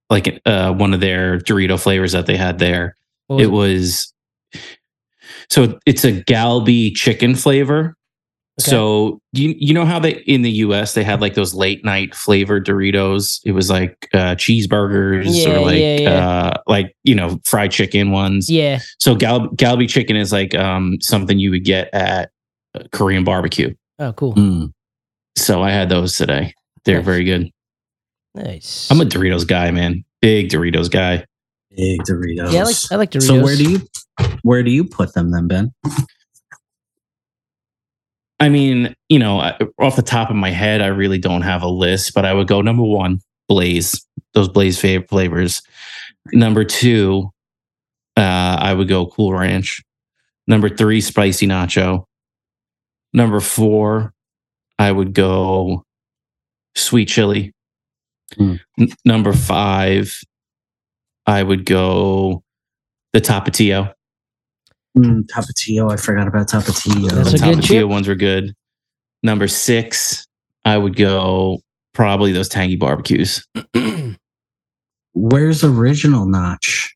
Speaker 5: like uh one of their Dorito flavors that they had there.
Speaker 4: What was
Speaker 5: It was so it's a galbi chicken flavor.
Speaker 4: Okay.
Speaker 5: So you you know how they in the US they had like those late night flavored Doritos. It was like uh cheeseburgers
Speaker 4: Yeah,
Speaker 5: or like
Speaker 4: yeah, yeah.
Speaker 5: uh like you know fried chicken ones.
Speaker 4: yeah.
Speaker 5: So gal- galbi chicken is like um something you would get at a Korean barbecue.
Speaker 4: Oh, cool.
Speaker 6: Mm.
Speaker 5: So I had those today. They're
Speaker 4: Nice.
Speaker 5: very good.
Speaker 4: Nice.
Speaker 5: I'm a Doritos guy, man. Big Doritos guy.
Speaker 6: big Doritos.
Speaker 4: yeah. I like, I like Doritos.
Speaker 6: So where do you where do you put them then, Ben?
Speaker 5: I mean, you know, I- off the top of my head, I really don't have a list, but I would go number one, Blaze, those Blaze fav- flavors. Number two, uh, I would go Cool Ranch. Number three, Spicy Nacho. Number four, I would go Sweet Chili.
Speaker 6: Hmm.
Speaker 5: N- number five, I would go the Tapatio.
Speaker 6: Mm, tapatio. I forgot about tapatio.
Speaker 4: That's a
Speaker 5: Tom
Speaker 4: good
Speaker 5: and
Speaker 4: chip.
Speaker 5: Tia ones were good. Number six, I would go probably those tangy barbecues.
Speaker 6: Where's original notch?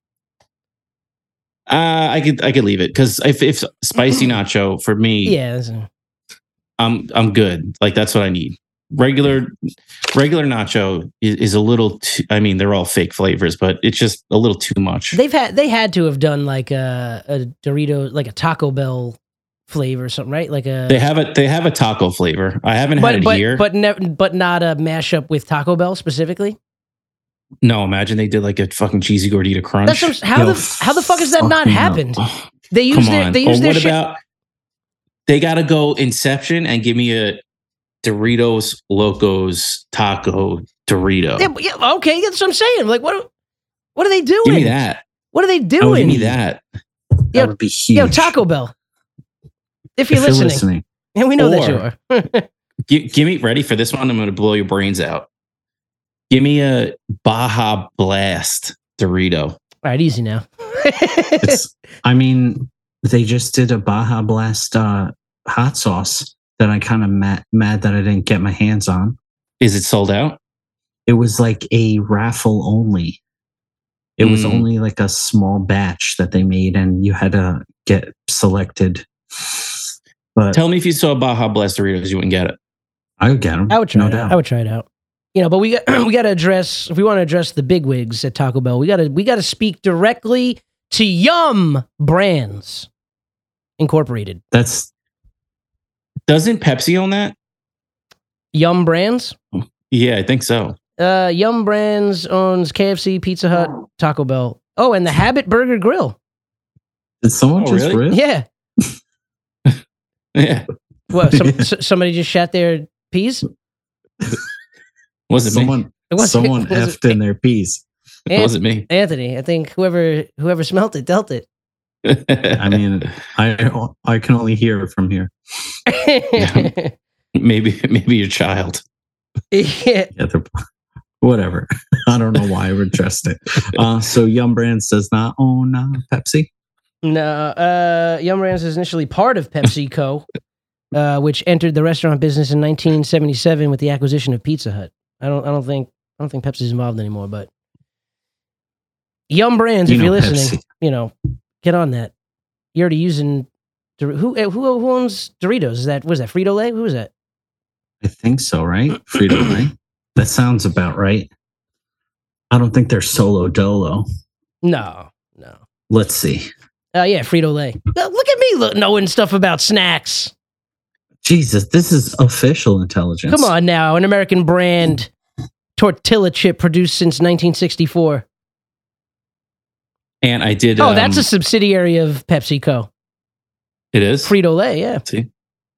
Speaker 5: Uh, I could I could leave it because if if spicy nacho for me,
Speaker 4: Yeah. that's a-
Speaker 5: I'm I'm good. Like that's what I need. Regular regular nacho is, is a little. Too, I mean, they're all fake flavors, but it's just a little too much.
Speaker 4: They've had they had to have done like a, a Dorito like a Taco Bell flavor or something, right? Like a
Speaker 5: They have a they have a taco flavor. I haven't had
Speaker 4: but
Speaker 5: it
Speaker 4: but
Speaker 5: here.
Speaker 4: but ne- but not a mashup with Taco Bell specifically.
Speaker 5: no, imagine they did like a fucking cheesy gordita crunch.
Speaker 4: That's what I'm- how
Speaker 6: Yo,
Speaker 4: the how the fuck has that not
Speaker 6: fucking hell.
Speaker 4: happened?
Speaker 5: Oh.
Speaker 4: They use
Speaker 5: Come
Speaker 4: their
Speaker 5: on.
Speaker 4: they use
Speaker 5: or
Speaker 4: their
Speaker 5: what
Speaker 4: shit.
Speaker 5: about they gotta go Inception and give me a Doritos Locos Taco Dorito.
Speaker 4: Yeah, but yeah, okay, that's what I'm saying. Like what what are they doing?
Speaker 5: give me that.
Speaker 4: What are they
Speaker 5: Oh, give
Speaker 4: doing?
Speaker 5: me that.
Speaker 6: That
Speaker 4: Yo,
Speaker 6: would be huge.
Speaker 4: Yo, Taco Bell. If
Speaker 6: If
Speaker 4: you're
Speaker 6: you're
Speaker 4: listening, and we know that you
Speaker 5: Or-
Speaker 4: are.
Speaker 5: Gi- give me ready for this one. I'm gonna blow your brains out. Give me a Baja Blast Dorito.
Speaker 4: All right, easy now.
Speaker 6: It's, I mean, they just did a Baja Blast uh, hot sauce that I kind of mad, mad that I didn't get my hands on.
Speaker 5: Is it sold out?
Speaker 6: It was like a raffle only. It was
Speaker 5: Mm.
Speaker 6: only like a small batch that they made, and you had to get selected. But
Speaker 5: Tell me if you saw Baja Blast Doritos, you wouldn't get it.
Speaker 6: I would get them.
Speaker 4: I would try
Speaker 6: no
Speaker 4: it out.
Speaker 6: doubt.
Speaker 4: I would try it out. You know, but we got we got to address if we want to address the big wigs at Taco Bell, we got to we got to speak directly to Yum Brands Incorporated.
Speaker 6: That's
Speaker 5: Doesn't Pepsi own that?
Speaker 4: Yum Brands,
Speaker 5: Yeah, I think so.
Speaker 4: uh, Yum Brands owns KFC, Pizza Hut, Taco Bell. Oh, and the Habit Burger Grill.
Speaker 6: did someone
Speaker 5: Oh,
Speaker 6: just
Speaker 5: really?
Speaker 6: rip?
Speaker 4: Yeah,
Speaker 5: Yeah.
Speaker 4: well, some, s- somebody just shat their peas. It
Speaker 5: Wasn't me.
Speaker 6: someone
Speaker 4: wasn't-
Speaker 6: someone
Speaker 4: it wasn't-
Speaker 6: effed in their piece.
Speaker 5: It wasn't me.
Speaker 4: Anthony, I think whoever whoever smelt it dealt it.
Speaker 6: I mean, I I can only hear it from here.
Speaker 5: maybe maybe your child.
Speaker 4: yeah.
Speaker 6: Yeah, they're, whatever. I don't know why I would trust it. Uh, so Yum Brands does not own uh, Pepsi.
Speaker 4: No, uh, Yum Brands is initially part of PepsiCo, uh, which entered the restaurant business in 1977 with the acquisition of Pizza Hut. I don't, I don't think, I don't think Pepsi's involved anymore. But Yum Brands,
Speaker 6: You
Speaker 4: if
Speaker 6: know
Speaker 4: you're listening,
Speaker 6: Pepsi.
Speaker 4: you know, get on that. You're already using Dor- who eh, who who owns Doritos? Is that was that Frito Lay? Who was that?
Speaker 6: I think so, right? Frito Lay. That sounds about right. I don't think they're solo dolo.
Speaker 4: No, no.
Speaker 6: Let's see.
Speaker 4: Uh, yeah, Frito Lay. Look at me lo- knowing stuff about snacks.
Speaker 6: Jesus, this is official intelligence.
Speaker 4: Come on now, an American brand tortilla chip produced since 1964.
Speaker 5: And I did.
Speaker 4: Oh,
Speaker 5: um,
Speaker 4: that's a subsidiary of PepsiCo.
Speaker 5: It is.
Speaker 4: Frito Lay, yeah.
Speaker 5: See,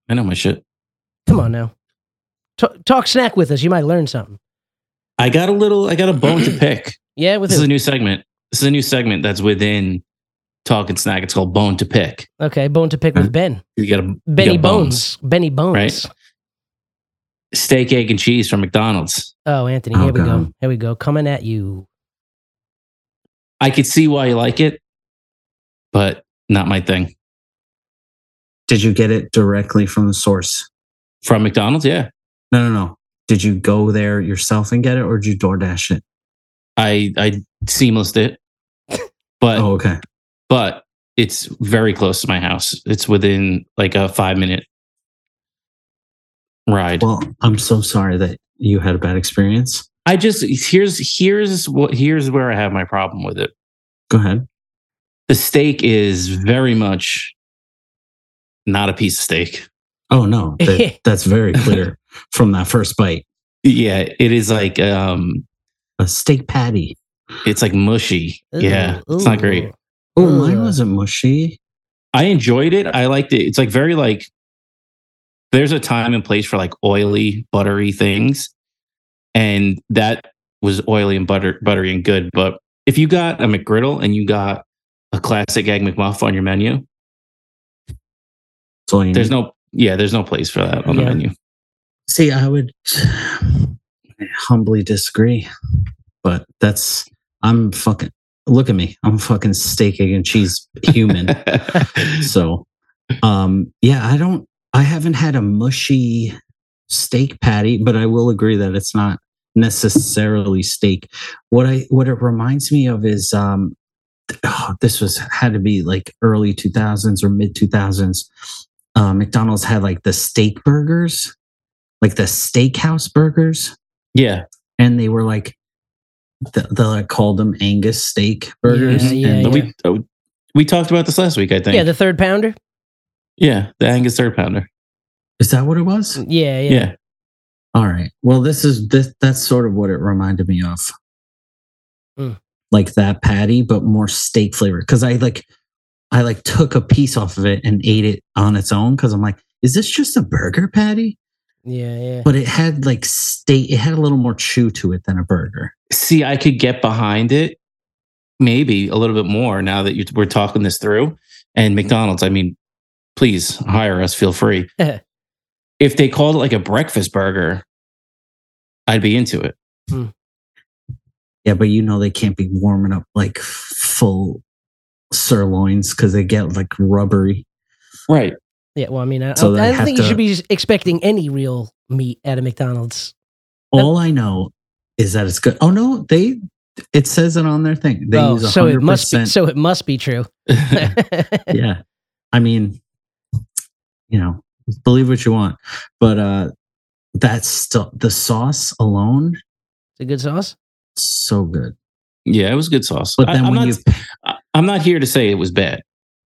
Speaker 5: I know my shit.
Speaker 4: Come on now. Ta- talk snack with us. You might learn something.
Speaker 5: I got a little. I got a bone to pick.
Speaker 4: Yeah, with
Speaker 5: This is
Speaker 4: who?
Speaker 5: a new segment. This is a new segment that's within Talk and Snack. It's called Bone to Pick.
Speaker 4: okay, bone to pick with Ben.
Speaker 5: You got a
Speaker 4: Benny
Speaker 5: Yeah,
Speaker 4: Bones.
Speaker 5: Bones.
Speaker 4: Benny Bones.
Speaker 5: Right. steak, egg, and cheese from McDonald's.
Speaker 4: Oh, Anthony,
Speaker 6: Oh,
Speaker 4: here we go.
Speaker 6: God.
Speaker 4: Here we go. Coming at you.
Speaker 5: I could see why you like it, but not my thing.
Speaker 6: Did you get it directly from the source?
Speaker 5: From McDonald's, yeah.
Speaker 6: No, no, no. Did you go there yourself and get it, or did you DoorDash it?
Speaker 5: I I seamlessed it,
Speaker 4: Uh,
Speaker 5: but
Speaker 6: Oh, okay.
Speaker 5: but it's very close to my house. It's within like a five minute ride.
Speaker 6: Well, I'm so sorry that you had a bad experience.
Speaker 5: I just here's here's what here's where I have my problem with it.
Speaker 6: Go ahead.
Speaker 5: The steak is very much not a piece of steak.
Speaker 6: Oh no, that- that's very clear from that first bite.
Speaker 5: Yeah, it is like um
Speaker 6: A steak patty.
Speaker 5: it's like mushy. yeah,
Speaker 4: Ooh,
Speaker 5: it's not
Speaker 4: ooh.
Speaker 5: great.
Speaker 6: Oh,
Speaker 4: Ugh.
Speaker 6: mine wasn't mushy.
Speaker 5: I enjoyed it. I liked it. It's like very like there's a time and place for like oily, buttery things. And that was oily and butter buttery and good. But if you got a McGriddle and you got a classic egg McMuff on your menu,
Speaker 6: That's all you
Speaker 5: there's
Speaker 6: need.
Speaker 5: no yeah, there's no place for that on the
Speaker 4: Yeah.
Speaker 5: menu.
Speaker 6: See, I would humbly disagree, but that's I'm fucking. Look at me. I'm a fucking steak, egg, and cheese human. so um yeah i don't i haven't had a mushy steak patty but i will agree that it's not necessarily steak what i what it reminds me of is um th- oh, this was had to be like early 2000s or mid 2000s uh, mcdonald's had like the steak burgers like the steakhouse burgers
Speaker 5: yeah.
Speaker 6: and they were like th- they like called them angus steak burgers
Speaker 4: Yeah, yeah,
Speaker 6: and
Speaker 4: yeah.
Speaker 5: We uh, we talked about this last week, I think.
Speaker 4: Yeah,
Speaker 5: Yeah,
Speaker 4: the third pounder.
Speaker 5: the Angus third pounder.
Speaker 6: is that what it was
Speaker 4: Yeah, yeah.
Speaker 5: Yeah.
Speaker 6: All right. Well, this is this that's sort of what it reminded me of.
Speaker 4: Hmm.
Speaker 6: Like that patty, but more steak flavor. Cause I like I like took a piece off of it and ate it on its own because I'm like, is this just a burger patty?
Speaker 4: Yeah, yeah.
Speaker 6: But it had like steak, it had a little more chew to it than a burger.
Speaker 5: see i could get behind it maybe a little bit more now that you, we're talking this through and mcdonald's i mean please hire us feel free if they called it like a breakfast burger i'd be into it
Speaker 6: Yeah, but you know they can't be warming up like full sirloins because they get like rubbery.
Speaker 5: right
Speaker 4: Yeah, well, I mean, I, I,
Speaker 6: So they
Speaker 4: I don't
Speaker 6: have
Speaker 4: think you
Speaker 6: to-
Speaker 4: should be expecting any real meat at a McDonald's. That-
Speaker 6: All I know is that it's good. Oh no, they it says it on their thing. They
Speaker 4: oh,
Speaker 6: use 100%
Speaker 4: so it must be so it must be true.
Speaker 6: yeah i mean you know believe what you want but uh that's still the sauce alone
Speaker 4: It's a good sauce.
Speaker 6: so good
Speaker 5: yeah it was good sauce
Speaker 6: but
Speaker 5: I-
Speaker 6: then
Speaker 5: I'm, not,
Speaker 6: when you
Speaker 5: I- I'm not here to say it was bad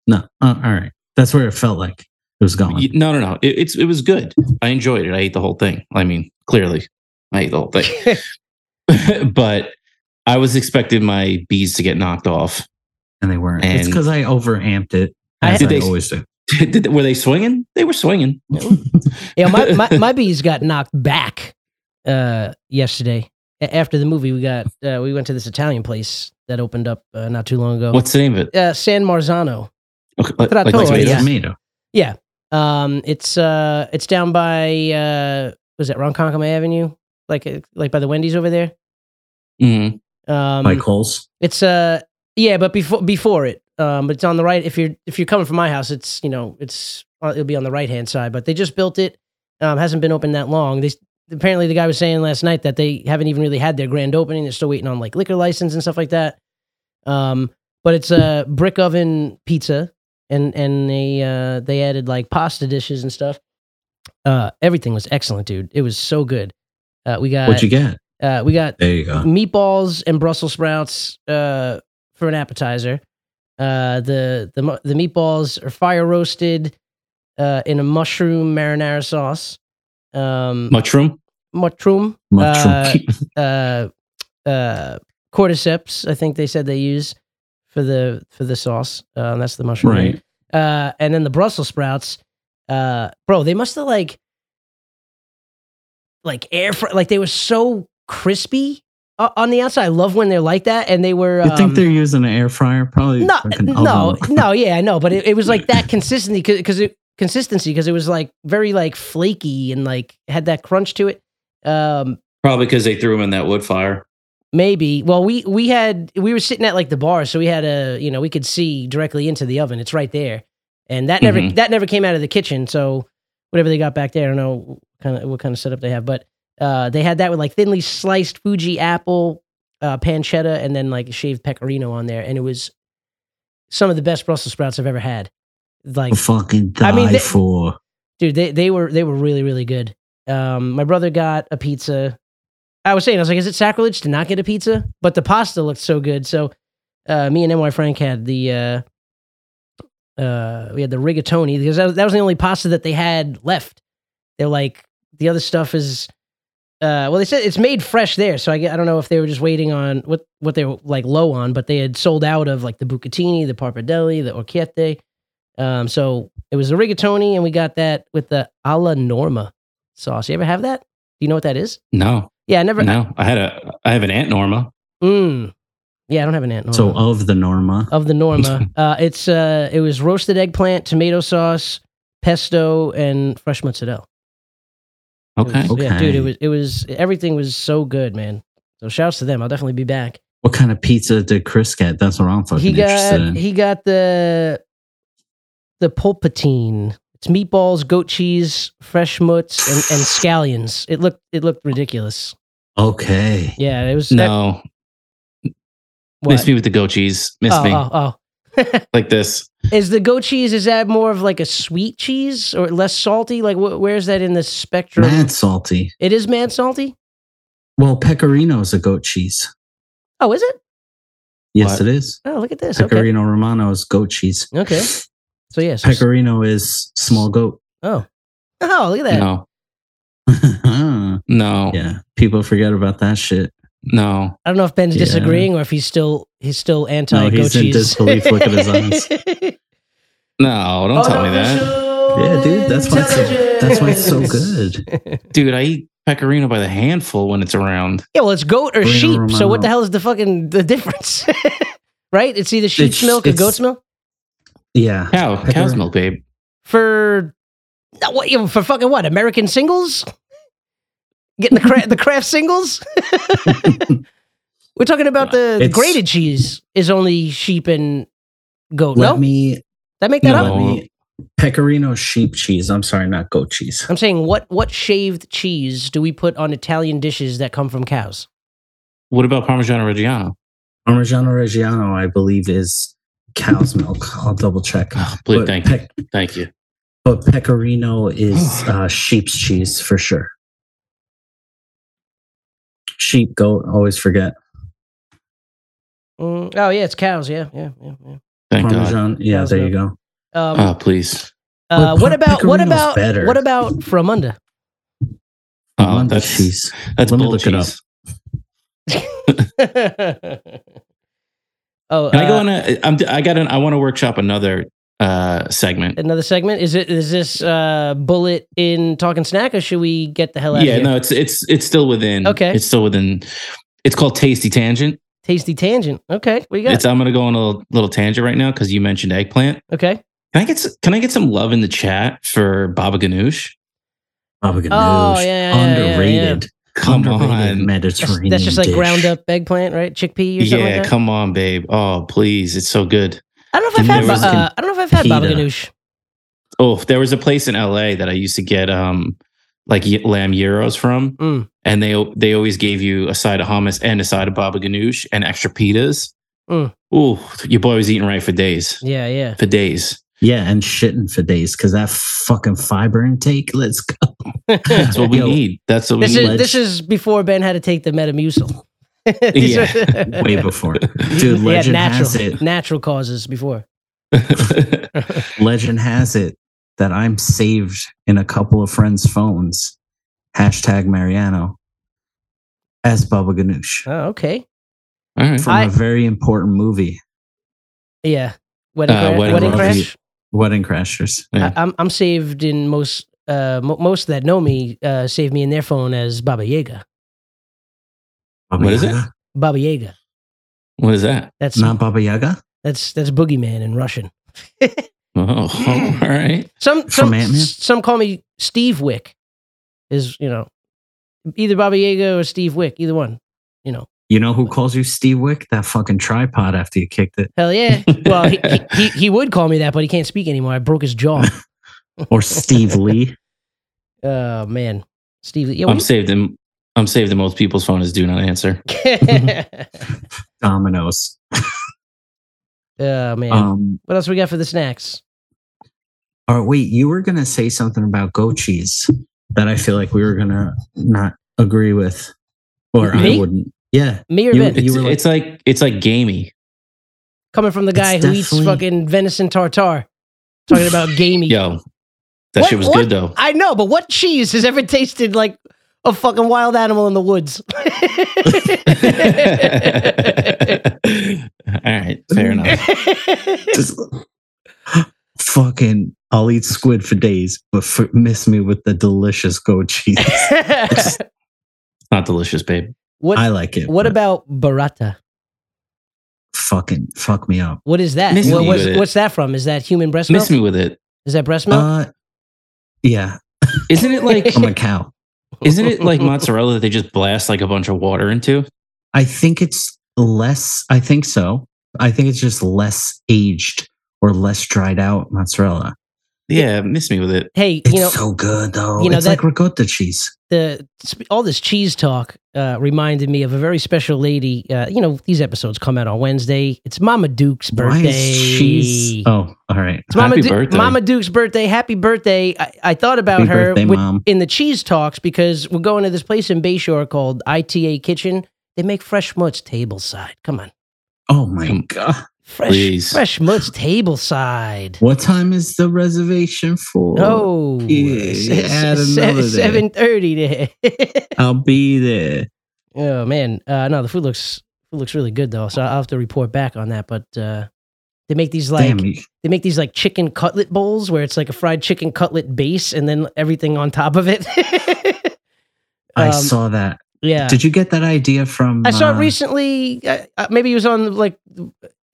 Speaker 6: no uh, all right that's where it felt like it was going
Speaker 5: You- no no no it, it's, it was good i enjoyed it i ate the whole thing i mean clearly i ate the whole thing but i was expecting my bees to get knocked off
Speaker 6: and they weren't it's
Speaker 5: and-
Speaker 6: because i overamped it
Speaker 4: I-
Speaker 6: as
Speaker 5: Did
Speaker 6: i,
Speaker 5: they-
Speaker 6: always do
Speaker 5: Did, were they swinging? They were swinging.
Speaker 4: yeah, my, my my bees got knocked back uh, yesterday A- after the movie. We got uh, we went to this Italian place that opened up uh, not too long ago.
Speaker 5: What's the name of it?
Speaker 4: uh, San Marzano?
Speaker 5: Okay, like-
Speaker 4: Trattoria.
Speaker 5: like
Speaker 4: Oh,
Speaker 5: tomatoes?
Speaker 4: yeah.
Speaker 6: tomato
Speaker 4: Um, it's uh, it's down by uh, was that Ronkonkoma Avenue? Like uh, like by the Wendy's over there.
Speaker 5: Mhm.
Speaker 4: Um,
Speaker 6: like holes
Speaker 4: It's uh yeah, but before before it, um, but it's on the right. If you're if you're coming from my house, it's you know it's uh, it'll be on the right hand side. But they just built it. Um, hasn't been open that long. They s- apparently the guy was saying last night that they haven't even really had their grand opening. They're still waiting on like liquor license and stuff like that. Um, but it's a brick oven pizza, and and they uh, they added like pasta dishes and stuff. Uh, everything was excellent, dude. It was so good. Uh, we got
Speaker 6: what'd you get
Speaker 4: Uh, we got
Speaker 6: There you go.
Speaker 4: meatballs and Brussels sprouts uh, for an appetizer. Uh, the the mu- the meatballs are fire roasted uh, in a mushroom marinara sauce. Um,
Speaker 5: Mushroom.
Speaker 4: mushroom,
Speaker 6: Mushroom.
Speaker 4: uh, uh, cordyceps. I think they said they use for the for the sauce. Uh, and that's the mushroom.
Speaker 6: right.
Speaker 4: Uh, and then the Brussels sprouts, uh, bro, they must have like, like air, fr- like they were so crispy uh, on the outside. I love when they're like that, and they were.
Speaker 6: You think
Speaker 4: um,
Speaker 6: they're using an air fryer? Probably.
Speaker 4: no,
Speaker 6: fucking
Speaker 4: no,
Speaker 6: oven.
Speaker 4: no, yeah, I know, but it, it was like that consistency because it consistency because it was like very like flaky and like had that crunch to it. Um,
Speaker 5: Probably because they threw him in that wood fire.
Speaker 4: Maybe. Well, we we had we were sitting at like the bar, so we had a you know we could see directly into the oven. It's right there, and that never
Speaker 5: Mhm.
Speaker 4: that never came out of the kitchen. So whatever they got back there, I don't know kind of what kind of setup they have, but uh, they had that with like thinly sliced Fuji apple, uh, pancetta, and then like shaved pecorino on there, and it was some of the best Brussels sprouts I've ever had. Like
Speaker 6: I'll fucking die
Speaker 4: I mean, they-
Speaker 6: for.
Speaker 4: dude they, they were they were really really good um my brother got a pizza i was saying i was like is it sacrilege to not get a pizza but the pasta looked so good so uh me and my frank had the uh uh we had the rigatoni because that was, that was the only pasta that they had left they're like the other stuff is uh well they said it's made fresh there so i, gue- I don't know if they were just waiting on what what they were like low on but they had sold out of like the bucatini the parpadelli the orchiette um, so it was a rigatoni, and we got that with the alla norma sauce. You ever have that? Do you know what that is?
Speaker 5: No,
Speaker 4: Yeah, I never.
Speaker 5: no. I had a. I have an aunt Norma.
Speaker 4: Mm. yeah, I don't have an aunt norma.
Speaker 6: So uh, of the Norma,
Speaker 4: of the norma, uh, it's uh, it was roasted eggplant, tomato sauce, pesto, and fresh mozzarella. It
Speaker 5: Okay.
Speaker 4: was- yeah, dude,
Speaker 6: Okay.
Speaker 4: it was it was everything was so good, man. So shouts to them. I'll definitely be back.
Speaker 6: what kind of pizza did Chris get? That's what I'm fucking
Speaker 4: he
Speaker 6: interested in.
Speaker 4: got he got the the pulpatine. It's meatballs, goat cheese, fresh mutts, and, and scallions. It looked it looked ridiculous.
Speaker 6: okay.
Speaker 4: Yeah, it was that-
Speaker 5: No,
Speaker 4: what?
Speaker 5: miss me with the goat cheese. Miss
Speaker 4: oh,
Speaker 5: me
Speaker 4: oh, oh.
Speaker 5: like this.
Speaker 4: Is the goat cheese is that more of like a sweet cheese or less salty? Like wh- where's that in the spectrum?
Speaker 6: Mad salty.
Speaker 4: It is mad salty.
Speaker 6: Well, pecorino is a goat cheese.
Speaker 4: Oh, is it?
Speaker 6: Yes,
Speaker 5: What?
Speaker 6: it is.
Speaker 4: Oh, look at this. Okay.
Speaker 6: Pecorino Romano is goat cheese.
Speaker 4: Okay. So yes. Yeah, so-
Speaker 6: Pecorino is small goat.
Speaker 4: oh. Oh, look at that.
Speaker 5: No, no,
Speaker 6: yeah, people forget about that shit.
Speaker 5: no.
Speaker 4: I don't know if Ben's
Speaker 6: Yeah.
Speaker 4: disagreeing or if he's still he's still anti
Speaker 6: No, he's
Speaker 4: goat
Speaker 6: in
Speaker 4: cheese.
Speaker 6: disbelief. Look at his eyes.
Speaker 5: No,
Speaker 4: Oh,
Speaker 5: don't tell me that.
Speaker 6: Yeah, dude, that's why it's so, that's why it's so good.
Speaker 5: Dude, I eat pecorino by the handful when it's around.
Speaker 4: Yeah, well, it's goat or
Speaker 6: Bring it
Speaker 4: sheep.
Speaker 6: over my
Speaker 4: So what the
Speaker 6: mouth.
Speaker 4: hell is the fucking the difference? right? It's either sheep's
Speaker 6: It's-
Speaker 4: milk or
Speaker 6: it's-
Speaker 4: goat's milk
Speaker 6: Yeah,
Speaker 5: Cow, cow's
Speaker 6: Pecorino.
Speaker 5: milk, babe.
Speaker 4: for no, what you know, for fucking what? American singles? Getting the cra- the craft singles? We're talking about the, the
Speaker 6: It's-
Speaker 4: grated cheese is only sheep and goat.
Speaker 6: let
Speaker 4: no,
Speaker 6: me
Speaker 4: that make that
Speaker 5: No.
Speaker 4: up.
Speaker 6: let me pecorino sheep cheese. I'm sorry, not goat cheese.
Speaker 4: I'm saying what what shaved cheese do we put on Italian dishes that come from cows?
Speaker 5: What about Parmigiano Reggiano?
Speaker 6: Parmigiano Reggiano, I believe, is cow's milk. I'll double check.
Speaker 5: Oh, please,
Speaker 6: But
Speaker 5: thank
Speaker 6: pec-
Speaker 5: Thank you.
Speaker 6: But pecorino is uh, sheep's cheese for sure. Sheep, goat, always forget.
Speaker 4: Mm, oh yeah, it's cows. Yeah, yeah, yeah. yeah.
Speaker 5: Thank God.
Speaker 6: Parmesan. Yeah,
Speaker 4: Cow's
Speaker 6: there you go.
Speaker 4: Um,
Speaker 5: Oh, please.
Speaker 4: uh,
Speaker 6: but
Speaker 4: what
Speaker 6: pe-
Speaker 4: about what
Speaker 6: pecorino's
Speaker 4: about
Speaker 6: better.
Speaker 4: what about from under?
Speaker 5: Oh,
Speaker 6: Parmesan
Speaker 5: that's
Speaker 6: cheese.
Speaker 5: that's
Speaker 6: Let me
Speaker 5: bull
Speaker 6: look it
Speaker 5: cheese.
Speaker 6: up.
Speaker 4: oh,
Speaker 5: Can I go
Speaker 4: uh,
Speaker 5: on a? I'm, I got an. I want to workshop another uh segment.
Speaker 4: another segment? Is it is this uh, bullet in talking snack, or should we get the hell out
Speaker 5: Yeah,
Speaker 4: of here?
Speaker 5: no, it's it's it's still within.
Speaker 4: Okay.
Speaker 5: it's still within. It's called Tasty Tangent.
Speaker 4: Tasty tangent. Okay, we got
Speaker 5: It's. I'm gonna go on a little, little tangent right now because you mentioned eggplant.
Speaker 4: okay.
Speaker 5: Can I get s- Can I get some love in the chat for Baba Ganoush?
Speaker 6: Baba ganoush.
Speaker 4: Oh, yeah, yeah, yeah, yeah,
Speaker 6: underrated.
Speaker 5: Come
Speaker 6: underrated
Speaker 5: on.
Speaker 4: That's,
Speaker 6: Mediterranean.
Speaker 4: that's just like
Speaker 6: dish.
Speaker 4: ground up eggplant, right? Chickpea or something
Speaker 5: Yeah,
Speaker 4: like that.
Speaker 5: come on, babe. Oh, please, it's so good.
Speaker 4: I don't know if I've
Speaker 6: Give me
Speaker 4: had.
Speaker 5: a
Speaker 4: ba-
Speaker 5: fucking
Speaker 4: Uh, I don't know if I've had baba
Speaker 6: pita.
Speaker 4: ganoush.
Speaker 5: Oh, there was a place in LA that I used to get um like y- lamb gyros from,
Speaker 4: Mm.
Speaker 5: and they o- they always gave you a side of hummus and a side of baba ganoush and extra pitas.
Speaker 4: Mm.
Speaker 5: Ooh, your boy was eating right for days,
Speaker 4: Yeah, yeah.
Speaker 5: for days.
Speaker 6: Yeah, and shitting for days because that fucking fiber intake. Let's go.
Speaker 5: That's what we
Speaker 6: Yo,
Speaker 5: need. That's what we
Speaker 4: This
Speaker 5: need.
Speaker 4: is this is before Ben had to take the Metamucil. These are-
Speaker 6: Yeah, way before. Dude,
Speaker 4: He had
Speaker 6: legend
Speaker 4: natural
Speaker 6: has it.
Speaker 4: natural causes before.
Speaker 6: Legend has it that I'm saved in a couple of friends' phones. Hashtag Mariano as Baba Ganoush
Speaker 4: Oh, okay.
Speaker 5: All right.
Speaker 6: from
Speaker 4: I-
Speaker 6: a very important movie,
Speaker 4: Yeah. Wedding,
Speaker 5: Uh,
Speaker 4: cra-
Speaker 5: Wedding
Speaker 4: wedding
Speaker 5: Crashers.
Speaker 4: crash.
Speaker 6: Wedding Crashers.
Speaker 5: Yeah.
Speaker 4: I, I'm I'm saved in most uh mo- most that know me uh save me in their phone as Baba Yaga.
Speaker 6: Baba
Speaker 5: What is
Speaker 6: Yaga?
Speaker 4: Baba Yaga.
Speaker 5: What is that?
Speaker 4: That's
Speaker 6: Not Baba Yaga?
Speaker 4: that's that's boogeyman in Russian.
Speaker 5: Oh, all right.
Speaker 4: Some some
Speaker 6: Ant-Man?
Speaker 4: some call me Steve Wick. Is you know either Baba Yaga or Steve Wick, either one. You know,
Speaker 6: You know who calls you Steve Wick? That fucking tripod after you kicked it.
Speaker 4: hell yeah. well, he, he, he he would call me that, but he can't speak anymore. I broke his jaw.
Speaker 6: Or Steve Lee.
Speaker 4: Oh man, Steve. Yeah,
Speaker 5: I'm
Speaker 4: what
Speaker 5: saved in I'm saved in most people's phone is do not answer.
Speaker 6: Dominoes.
Speaker 4: oh man,
Speaker 6: Um,
Speaker 4: what else we got for the snacks?
Speaker 6: all right, wait, you were going to say something about goat cheese that I feel like we were going to not agree with. Or
Speaker 4: Me?
Speaker 6: I wouldn't. Yeah.
Speaker 4: Me or
Speaker 6: You-
Speaker 4: Ben?
Speaker 5: It's,
Speaker 6: were like-
Speaker 5: it's like it's like gamey.
Speaker 4: Coming from the guy
Speaker 6: it's
Speaker 4: who eats
Speaker 6: definitely-
Speaker 4: fucking venison tartare, talking about gamey.
Speaker 5: Yo, that
Speaker 4: What-
Speaker 5: shit was
Speaker 4: what?
Speaker 5: good though.
Speaker 4: I know, but what cheese has ever tasted like a fucking wild animal in the woods?
Speaker 5: all right, fair enough.
Speaker 6: Just fucking, I'll eat squid for days, but for, miss me with the delicious goat cheese.
Speaker 5: Not delicious, babe.
Speaker 4: what
Speaker 6: I like it.
Speaker 4: What
Speaker 6: but
Speaker 4: about burrata?
Speaker 6: fucking fuck me up?
Speaker 4: What is that?
Speaker 5: Miss
Speaker 4: What-
Speaker 5: me
Speaker 4: what's,
Speaker 5: with it.
Speaker 4: what's that from? Is that human breast milk?
Speaker 5: Miss me with it.
Speaker 4: Is that breast milk?
Speaker 6: Uh, yeah,
Speaker 5: Isn't it like
Speaker 6: I'm a cow.
Speaker 5: isn't it like mozzarella that they just blast like a bunch of water into?
Speaker 6: I think it's less. I think so. I think it's just less aged or less dried out mozzarella.
Speaker 5: Yeah, miss me with it.
Speaker 4: hey,
Speaker 6: It's
Speaker 4: you know
Speaker 6: so good though.
Speaker 4: you know,
Speaker 6: it's like
Speaker 4: that-
Speaker 6: ricotta cheese.
Speaker 4: the sp- all this cheese talk uh, reminded me of a very special lady. Uh, you know these episodes come out on Wednesday. It's Mama Duke's
Speaker 6: Why
Speaker 4: birthday.
Speaker 6: is cheese? Oh, all right.
Speaker 4: It's Mama,
Speaker 5: Happy
Speaker 4: Du-
Speaker 5: birthday.
Speaker 4: Mama Duke's birthday. Happy birthday. I, I thought about
Speaker 6: Happy
Speaker 4: her
Speaker 6: birthday,
Speaker 4: with-
Speaker 6: mom.
Speaker 4: in the cheese talks because we're going to this place in Bayshore called ITA Kitchen. They make fresh mutts table side. Come on.
Speaker 6: Oh my
Speaker 5: Come-
Speaker 6: god.
Speaker 4: Fresh
Speaker 5: Please.
Speaker 4: fresh mutts table side.
Speaker 6: What time is the reservation for?
Speaker 4: Oh,
Speaker 6: yeah, add another there.
Speaker 4: seven thirty there.
Speaker 6: I'll be there.
Speaker 4: oh man, uh, no, the food looks food looks really good though. So I'll have to report back on that. But uh, they make these like
Speaker 6: Damn you.
Speaker 4: they make these like chicken cutlet bowls where it's like a fried chicken cutlet base and then everything on top of it.
Speaker 6: I
Speaker 4: um,
Speaker 6: saw that.
Speaker 4: yeah,
Speaker 6: Did you get that idea from?
Speaker 4: I saw it
Speaker 6: uh,
Speaker 4: recently. Uh, uh, maybe it was on like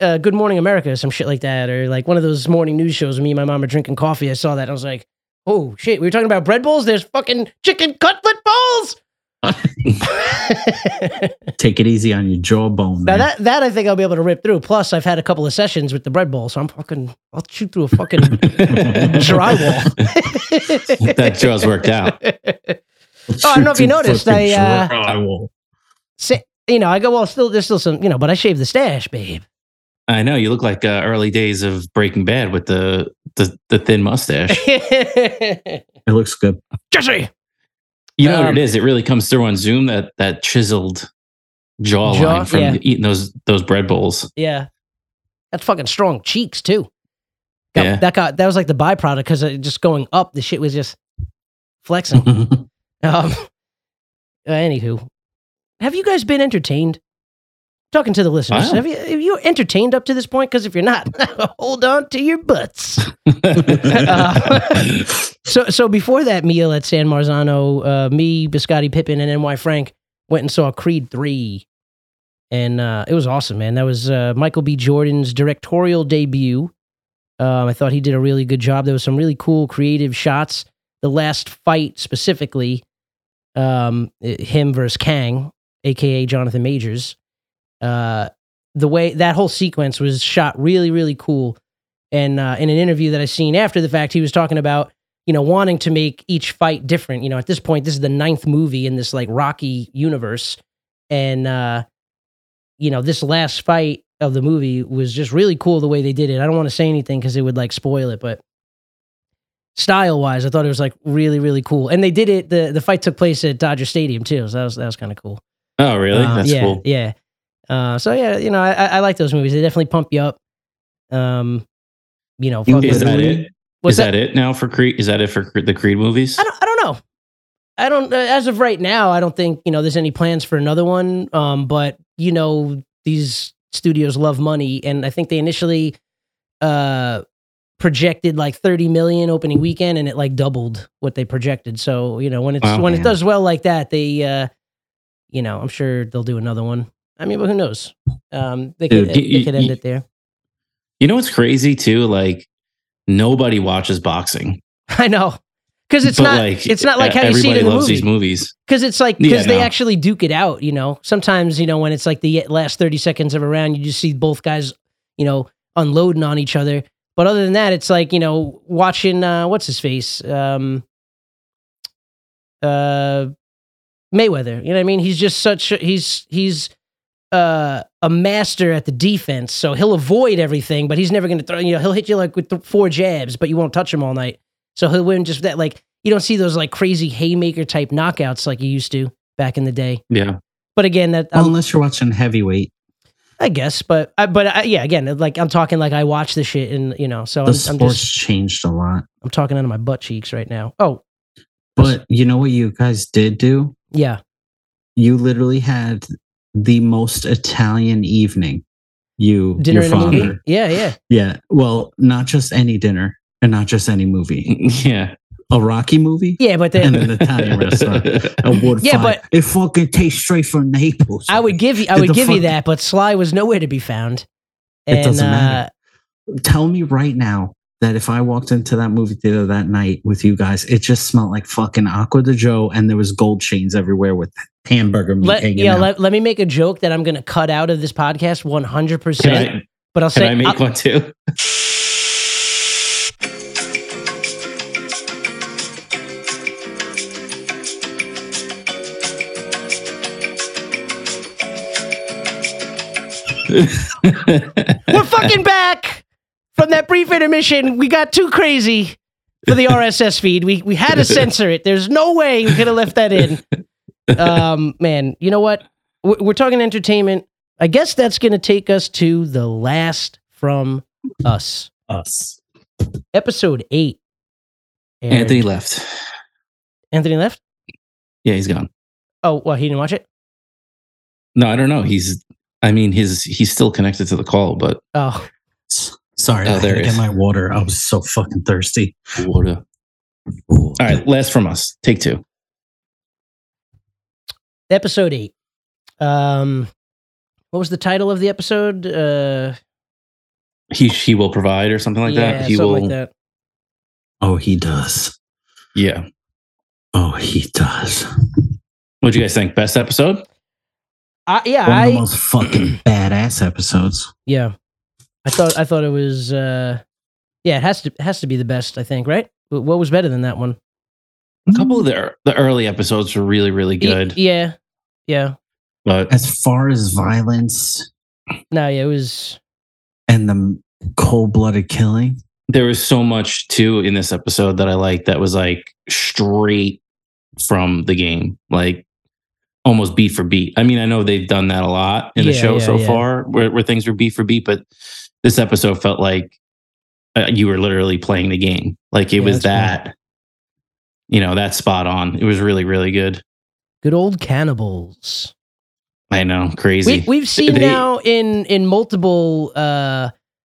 Speaker 4: uh, Good Morning America or some shit like that, or like one of those morning news shows. Where me and my mom are drinking coffee. I saw that. I was like, oh shit, we were talking about bread bowls. There's fucking chicken cutlet bowls.
Speaker 6: Take it easy on your jawbone.
Speaker 4: now
Speaker 6: man.
Speaker 4: that that I think I'll be able to rip through. Plus, I've had a couple of sessions with the bread bowl, so I'm fucking. I'll shoot through a fucking drywall.
Speaker 5: That jaw's worked out.
Speaker 4: Oh, I don't know if you noticed, I, uh,
Speaker 6: Drywall.
Speaker 4: Say- you know, I go well. Still, there's still some, you know, but I shaved the stash, babe.
Speaker 5: I know you look like uh, early days of Breaking Bad with the the, the thin mustache.
Speaker 6: It looks good.
Speaker 4: Jesse.
Speaker 5: You know what
Speaker 4: Um,
Speaker 5: it is? It really comes through on Zoom that that chiseled jawline
Speaker 4: Jaw,
Speaker 5: from
Speaker 4: yeah.
Speaker 5: eating those those bread bowls.
Speaker 4: Yeah, that's fucking strong cheeks too. Got-
Speaker 5: Yeah.
Speaker 4: That got that was like the byproduct because just going up, the shit was just flexing. um, uh, anywho, have you guys been entertained? Talking to the listeners,
Speaker 5: Wow.
Speaker 4: have you have you entertained up to this point? Because if you're not, hold on to your butts. Uh, So, so before that meal at San Marzano, uh, me, Biscotti Pippin, and NY Frank went and saw Creed three, and uh, it was awesome, man. That was uh, Michael B. Jordan's directorial debut. Um, I thought he did a really good job. There was some really cool, creative shots. The last fight specifically, um, i- him versus Kang, aka Jonathan Majors. Uh, the way that whole sequence was shot, really, really cool. And uh, in an interview that I seen after the fact, he was talking about you know, wanting to make each fight different. You know, at this point, this is the ninth movie in this like Rocky universe. And, uh, you know, this last fight of the movie was just really cool the way they did it. I don't want to say anything because it would like spoil it, but style wise, I thought it was like really, really cool. And they did it. the The fight took place at Dodger Stadium too, so that was that was kind of cool.
Speaker 5: Oh, really?
Speaker 4: Um,
Speaker 5: That's
Speaker 4: yeah,
Speaker 5: cool.
Speaker 4: Yeah. Uh, so yeah, you know, I, I I like those movies. They definitely pump you up. Um, you know, fuck
Speaker 6: Is
Speaker 5: Is
Speaker 4: with-
Speaker 5: that it?
Speaker 4: what's
Speaker 5: Is that, it now for Creed? Is that it for Cre- the Creed movies?
Speaker 4: I don't, I don't know. I don't. Uh, as of right now, I don't think you know there's any plans for another one. Um, but you know these studios love money, and I think they initially uh projected like 30 million opening weekend, and it like doubled what they projected. So you know when it's
Speaker 5: Wow.
Speaker 4: when it
Speaker 6: Yeah.
Speaker 4: does well like that, they uh, you know, I'm sure they'll do another one. I mean, but who knows? Um, they could
Speaker 5: Dude, you-
Speaker 4: they could end
Speaker 5: you-
Speaker 4: it there.
Speaker 5: You know what's crazy too? Like nobody watches boxing.
Speaker 4: I know. Because it's
Speaker 5: But,
Speaker 4: not, it's not like
Speaker 5: e-
Speaker 4: how you see it
Speaker 5: everybody
Speaker 4: in the
Speaker 5: loves
Speaker 4: movie.
Speaker 5: these movies.
Speaker 4: because it's like
Speaker 5: Yeah,
Speaker 4: because they
Speaker 5: no.
Speaker 4: actually duke it out. You know, sometimes you know when it's like the last thirty seconds of a round, you just see both guys, you know, unloading on each other. But other than that, it's like you know watching uh, what's his face, um, uh, Mayweather. You know what I mean? He's just such a- he's he's uh, a master at the defense, so he'll avoid everything, but he's never going to throw. You know, he'll hit you like with th- four jabs, but you won't touch him all night. So he'll win just that. Like you don't see those like crazy haymaker type knockouts like you used to back in the day.
Speaker 5: Yeah.
Speaker 4: But again, that um,
Speaker 6: Unless you're watching heavyweight,
Speaker 4: I guess. But I, but I, yeah, again, like I'm talking like I watch the shit, and you know, so Oh,
Speaker 6: the
Speaker 4: I'm, I'm
Speaker 6: sports
Speaker 4: just
Speaker 6: changed a lot.
Speaker 4: I'm talking out of my butt cheeks right now. Oh
Speaker 6: But you know what you guys did do?
Speaker 4: yeah,
Speaker 6: You literally had the most Italian evening. You,
Speaker 4: dinner
Speaker 6: your
Speaker 4: and a
Speaker 6: father.
Speaker 4: movie. Yeah, yeah.
Speaker 6: Yeah. Well, not just any dinner and not just any movie.
Speaker 5: Yeah.
Speaker 6: A Rocky movie
Speaker 4: Yeah, but
Speaker 6: and
Speaker 4: then
Speaker 6: an Italian restaurant. Oh, A wood
Speaker 4: Yeah,
Speaker 6: fire. it fucking tastes straight from Naples.
Speaker 4: I would give you I
Speaker 6: Did
Speaker 4: would
Speaker 6: the
Speaker 4: give you
Speaker 6: fuck-
Speaker 4: that, but Sly was nowhere to be found.
Speaker 6: It
Speaker 4: And,
Speaker 6: doesn't
Speaker 4: uh,
Speaker 6: matter. tell me right now that if I walked into that movie theater that night with you guys, it just smelled like fucking Aqua de Joe, and there was gold chains everywhere with hamburger meat
Speaker 4: let,
Speaker 6: hanging
Speaker 4: yeah,
Speaker 6: out.
Speaker 4: let, let me make a joke that I'm going to cut out of this podcast 100.
Speaker 5: Can
Speaker 4: percent
Speaker 5: I,
Speaker 4: But I'll
Speaker 5: can
Speaker 4: say
Speaker 5: I make
Speaker 4: I'll-
Speaker 5: one too?
Speaker 4: we're fucking back from that brief intermission. We got too crazy for the RSS feed. We we had to censor it. There's no way we could have left that in. Um, man, you know what? We're, we're talking entertainment. I guess that's going to take us to the last from us,
Speaker 6: us.
Speaker 4: episode eight. And-
Speaker 5: Anthony left.
Speaker 4: Anthony left.
Speaker 5: Yeah, he's gone.
Speaker 4: Oh, well, he didn't watch it.
Speaker 5: No, I don't know. He's. I mean, his he's still connected to the call, but
Speaker 4: Oh,
Speaker 6: S- Sorry,
Speaker 5: Oh,
Speaker 6: I
Speaker 5: there
Speaker 6: had to
Speaker 5: it
Speaker 6: get
Speaker 5: is.
Speaker 6: my water. I was so fucking thirsty.
Speaker 5: what a-
Speaker 6: All
Speaker 5: all right. Last from us. Take two.
Speaker 4: episode eight. Um, what was the title of the episode? Uh,
Speaker 5: He she will provide or something like
Speaker 4: yeah,
Speaker 5: that. He
Speaker 4: something
Speaker 5: will.
Speaker 4: like that.
Speaker 6: Oh, he does.
Speaker 5: Yeah.
Speaker 6: Oh, he does.
Speaker 5: What'd you guys think? Best episode?
Speaker 4: I, yeah,
Speaker 6: One
Speaker 4: I,
Speaker 6: of the most fucking badass episodes.
Speaker 4: Yeah. I thought I thought it was uh yeah, it has to it has to be the best, I think, right? Wh- What was better than that one?
Speaker 5: A couple of the er, the early episodes were really really
Speaker 4: Y-
Speaker 5: good,
Speaker 4: E, yeah. Yeah.
Speaker 5: but
Speaker 6: As far as violence
Speaker 4: No, yeah, it was
Speaker 6: and the cold blooded killing,
Speaker 5: there was so much too in this episode that I liked that was like straight from the game, like almost beat for beat. I mean, I know they've done that a lot in the
Speaker 4: Yeah,
Speaker 5: show
Speaker 4: yeah,
Speaker 5: so
Speaker 4: yeah.
Speaker 5: far where, where things were beat for beat, but this episode felt like uh, you were literally playing the game. Like it
Speaker 4: Yeah,
Speaker 5: was
Speaker 4: that's
Speaker 5: that, you know, that spot on. It was really, really good.
Speaker 4: good old cannibals.
Speaker 5: I know, crazy.
Speaker 4: We, we've seen
Speaker 5: They-
Speaker 4: now in in multiple uh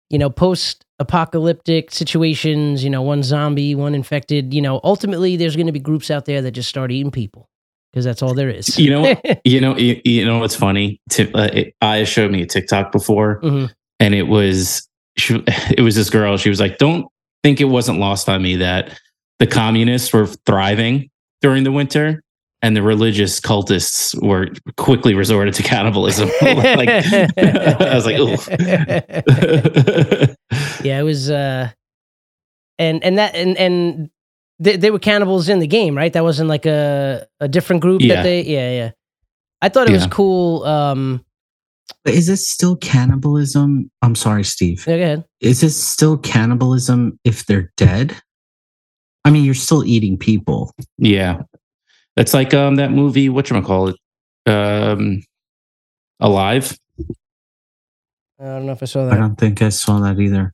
Speaker 4: you know post apocalyptic situations, you know, one zombie, one infected, you know, ultimately there's going to be groups out there that just start eating people because that's all there is.
Speaker 5: You know You know, you, you know what's funny? Ti- uh, it, Aya showed me a TikTok before,
Speaker 4: Mhm.
Speaker 5: and it was she, it was this girl. She was like, "Don't think it wasn't lost on me that the communists were thriving during the winter." And the religious cultists were quickly resorted to cannibalism. like, I was like, "Ooh."
Speaker 4: Yeah, it was uh and and that and and they, they were cannibals in the game, right? That wasn't like a a different group
Speaker 5: Yeah.
Speaker 4: that they yeah, yeah. I thought it was
Speaker 5: Yeah.
Speaker 4: cool um
Speaker 6: Is it still cannibalism? I'm sorry, Steve.
Speaker 4: yeah, go ahead.
Speaker 6: Is it still cannibalism if they're dead? I mean, you're still eating people.
Speaker 5: Yeah. That's like um that movie, whatchamacallit? Um Alive.
Speaker 4: I don't know if I saw
Speaker 6: I
Speaker 4: that.
Speaker 6: don't think I saw that either.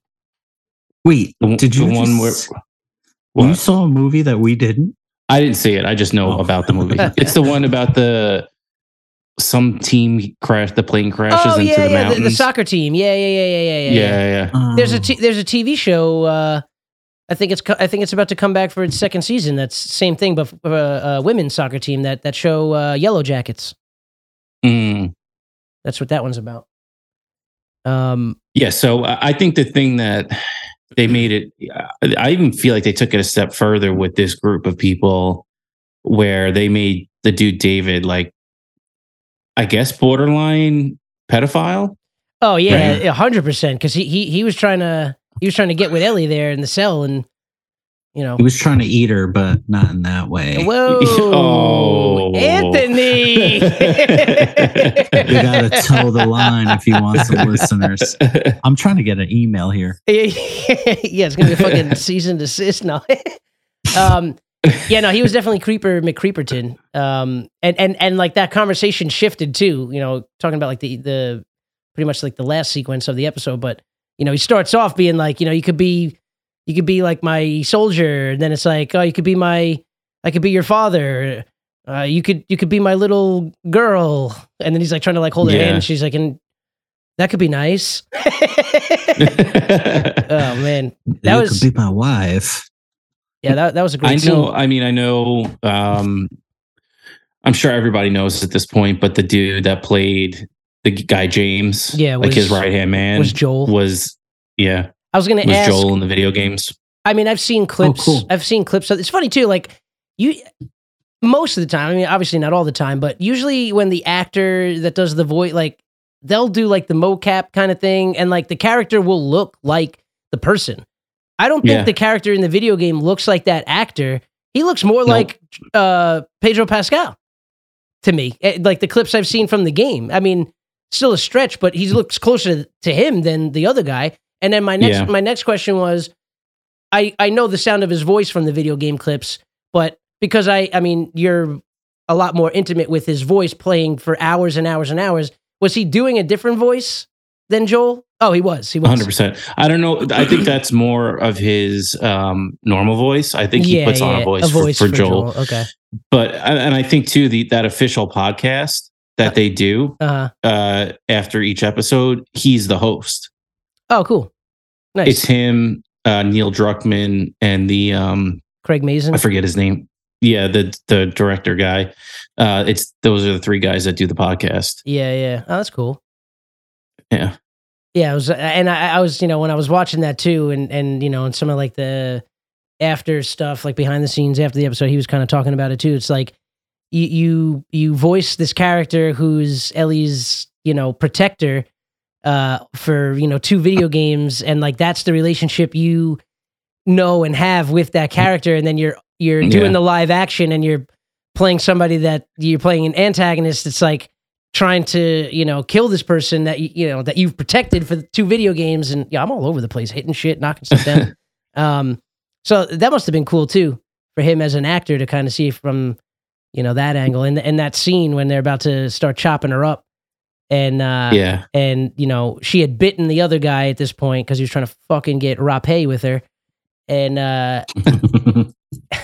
Speaker 6: Wait,
Speaker 5: The, one-
Speaker 6: did you
Speaker 5: the one
Speaker 6: just-
Speaker 5: where
Speaker 6: you
Speaker 5: What?
Speaker 6: saw a movie that we didn't?
Speaker 5: I didn't see it. I just know
Speaker 6: Oh.
Speaker 5: about the movie. it's the one about the some team crash the plane crashes
Speaker 4: oh
Speaker 5: into
Speaker 4: yeah,
Speaker 5: the
Speaker 4: yeah, the,
Speaker 5: mountains.
Speaker 4: the soccer team. Yeah, yeah, yeah, yeah, yeah, yeah.
Speaker 5: yeah,
Speaker 4: yeah.
Speaker 5: yeah, yeah.
Speaker 4: There's a
Speaker 6: Um,
Speaker 4: t- there's a TV show. Uh, I think it's co- I think it's about to come back for its second season. That's same thing, but for, uh, uh, women's soccer team. That that show uh, Yellow Jackets.
Speaker 5: Mm.
Speaker 4: That's what that one's about. Um,
Speaker 5: Yeah, so I I think the thing that they made it, I- I even feel like they took it a step further with this group of people where they made the dude David like, I guess, borderline pedophile.
Speaker 4: oh yeah,
Speaker 5: Right.
Speaker 4: a hundred percent. Because he, he he was trying to he was trying to get with Ellie there in the cell, and you know,
Speaker 6: he was trying to eat her, but not in that way.
Speaker 4: whoa,
Speaker 5: Oh.
Speaker 4: Anthony.
Speaker 6: You gotta toe the line if you want some listeners. I'm trying to get an email here.
Speaker 4: yeah, it's gonna be a fucking season desist now. um, yeah, no, he was definitely creeper McCreeperton. Um, and and and like that conversation shifted too. You know, talking about like the the pretty much like the last sequence of the episode. But you know, he starts off being like, you know, you could be you could be like my soldier, and then it's like, oh, you could be my I could be your father. Uh, you could you could be my little girl, and then he's like trying to like hold her
Speaker 5: Yeah.
Speaker 4: hand. And she's like, and that could be nice. Oh man, That
Speaker 6: you
Speaker 4: was-
Speaker 6: could be my wife.
Speaker 4: yeah, that, that was a great.
Speaker 5: I know.
Speaker 4: scene.
Speaker 5: I mean, I know. Um, I'm sure everybody knows at this point, but the dude that played the guy James,
Speaker 4: Yeah,
Speaker 5: like his
Speaker 4: was-
Speaker 5: right hand man,
Speaker 4: was Joel.
Speaker 5: was- yeah,
Speaker 4: I was gonna
Speaker 5: was
Speaker 4: ask.
Speaker 5: Joel in the video games.
Speaker 4: I mean, I've seen clips.
Speaker 6: cool.
Speaker 4: I've seen clips. Of, it's funny too. Like you, most of the time. I mean, obviously not all the time, but usually when the actor that does the voice, like they'll do like the mocap kind of thing, and like the character will look like the person. I don't think
Speaker 5: Yeah.
Speaker 4: the character in the video game looks like that actor. He looks more like uh, Pedro Pascal to me. Eh, Like the clips I've seen from the game. I mean, still a stretch, but he looks closer to him than the other guy. And then my next
Speaker 5: Yeah.
Speaker 4: my next question was, I I know the sound of his voice from the video game clips, but because I I mean you're a lot more intimate with his voice playing for hours and hours and hours. Was he doing a different voice than Joel? Oh, he was. He was.
Speaker 5: hundred percent. I don't know. I think that's more of his um, normal voice. I think he
Speaker 4: Yeah,
Speaker 5: puts on
Speaker 4: yeah,
Speaker 5: a voice, for- for, Joel.
Speaker 4: Okay.
Speaker 5: But and and I think too the that official podcast that they do
Speaker 4: Uh huh.
Speaker 5: uh, after each episode, he's the host.
Speaker 4: Oh, cool. Nice.
Speaker 5: It's him, uh, Neil Druckmann, and the um,
Speaker 4: Craig Mazin.
Speaker 5: I forget his name. Yeah, the the director guy. Uh, it's those are the three guys that do the podcast.
Speaker 4: yeah, yeah. Oh, that's cool.
Speaker 5: Yeah.
Speaker 4: Yeah, it was, and I, I was, you know, when I was watching that too, and and you know, and some of like the after stuff, like behind the scenes after the episode, he was kind of talking about it too. It's like you you you voice this character who's Ellie's, you know, protector uh, for you know two video games, and like that's the relationship you know and have with that character, and then you're you're doing
Speaker 5: Yeah.
Speaker 4: the live action, and you're playing somebody that you're playing an antagonist. It's like trying to you know kill this person that you, you know that you've protected for two video games and yeah i'm all over the place hitting shit knocking stuff down um so that must have been cool too for him as an actor to kind of see from you know that angle and and that scene when they're about to start chopping her up and uh
Speaker 5: yeah.
Speaker 4: and you know she had bitten the other guy at this point because he was trying to fucking get rape with her and uh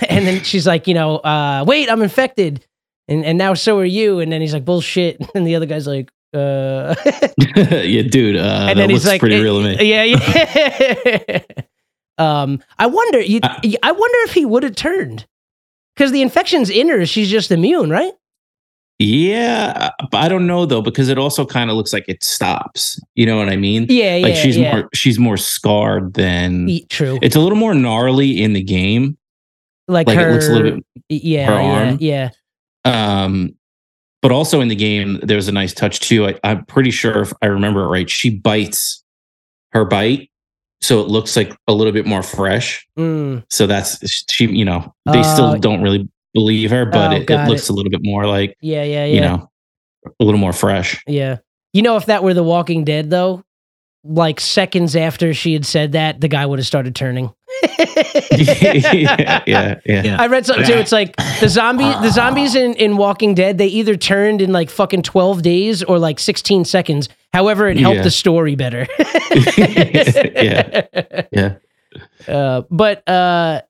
Speaker 4: and then she's like, you know, uh, wait, I'm infected. And and now so are you. And then he's like, bullshit. And the other guy's like, uh
Speaker 5: yeah, dude. Uh,
Speaker 4: and
Speaker 5: that
Speaker 4: then
Speaker 5: looks
Speaker 4: he's like
Speaker 5: pretty
Speaker 4: eh,
Speaker 5: real to me.
Speaker 4: Yeah, yeah. um, I wonder you,
Speaker 5: I-
Speaker 4: I wonder if he would have turned. Because the infection's in her, she's just immune, right?
Speaker 5: Yeah, but I don't know though because it also kind of looks like it stops. You know what I mean?
Speaker 4: Yeah, yeah.
Speaker 5: like she's
Speaker 4: yeah.
Speaker 5: more she's more scarred than
Speaker 4: E- true.
Speaker 5: it's a little more gnarly in the game.
Speaker 4: like,
Speaker 5: Like
Speaker 4: her,
Speaker 5: it looks a little bit.
Speaker 4: yeah,
Speaker 5: her
Speaker 4: yeah,
Speaker 5: arm.
Speaker 4: yeah.
Speaker 5: Um, but also in the game, there's a nice touch too. I, I'm pretty sure if I remember it right, she bites her bite, so it looks like a little bit more fresh.
Speaker 4: Mm,
Speaker 5: So that's she. You know, they still
Speaker 4: Oh.
Speaker 5: don't really believe her, but
Speaker 4: Oh,
Speaker 5: it, it
Speaker 4: got
Speaker 5: looks a little bit more like
Speaker 4: yeah, yeah, yeah.
Speaker 5: you know, a little more fresh.
Speaker 4: Yeah. You know, if that were The Walking Dead, though, like seconds after she had said that, the guy would have started turning.
Speaker 5: yeah, yeah, yeah. Ah.
Speaker 4: I read something too. It's like the zombie, the zombies in, in Walking Dead. They either turned in like fucking twelve days or like sixteen seconds. However, it helped
Speaker 5: Yeah.
Speaker 4: the story better.
Speaker 5: Yeah. Yeah.
Speaker 4: Uh, but uh,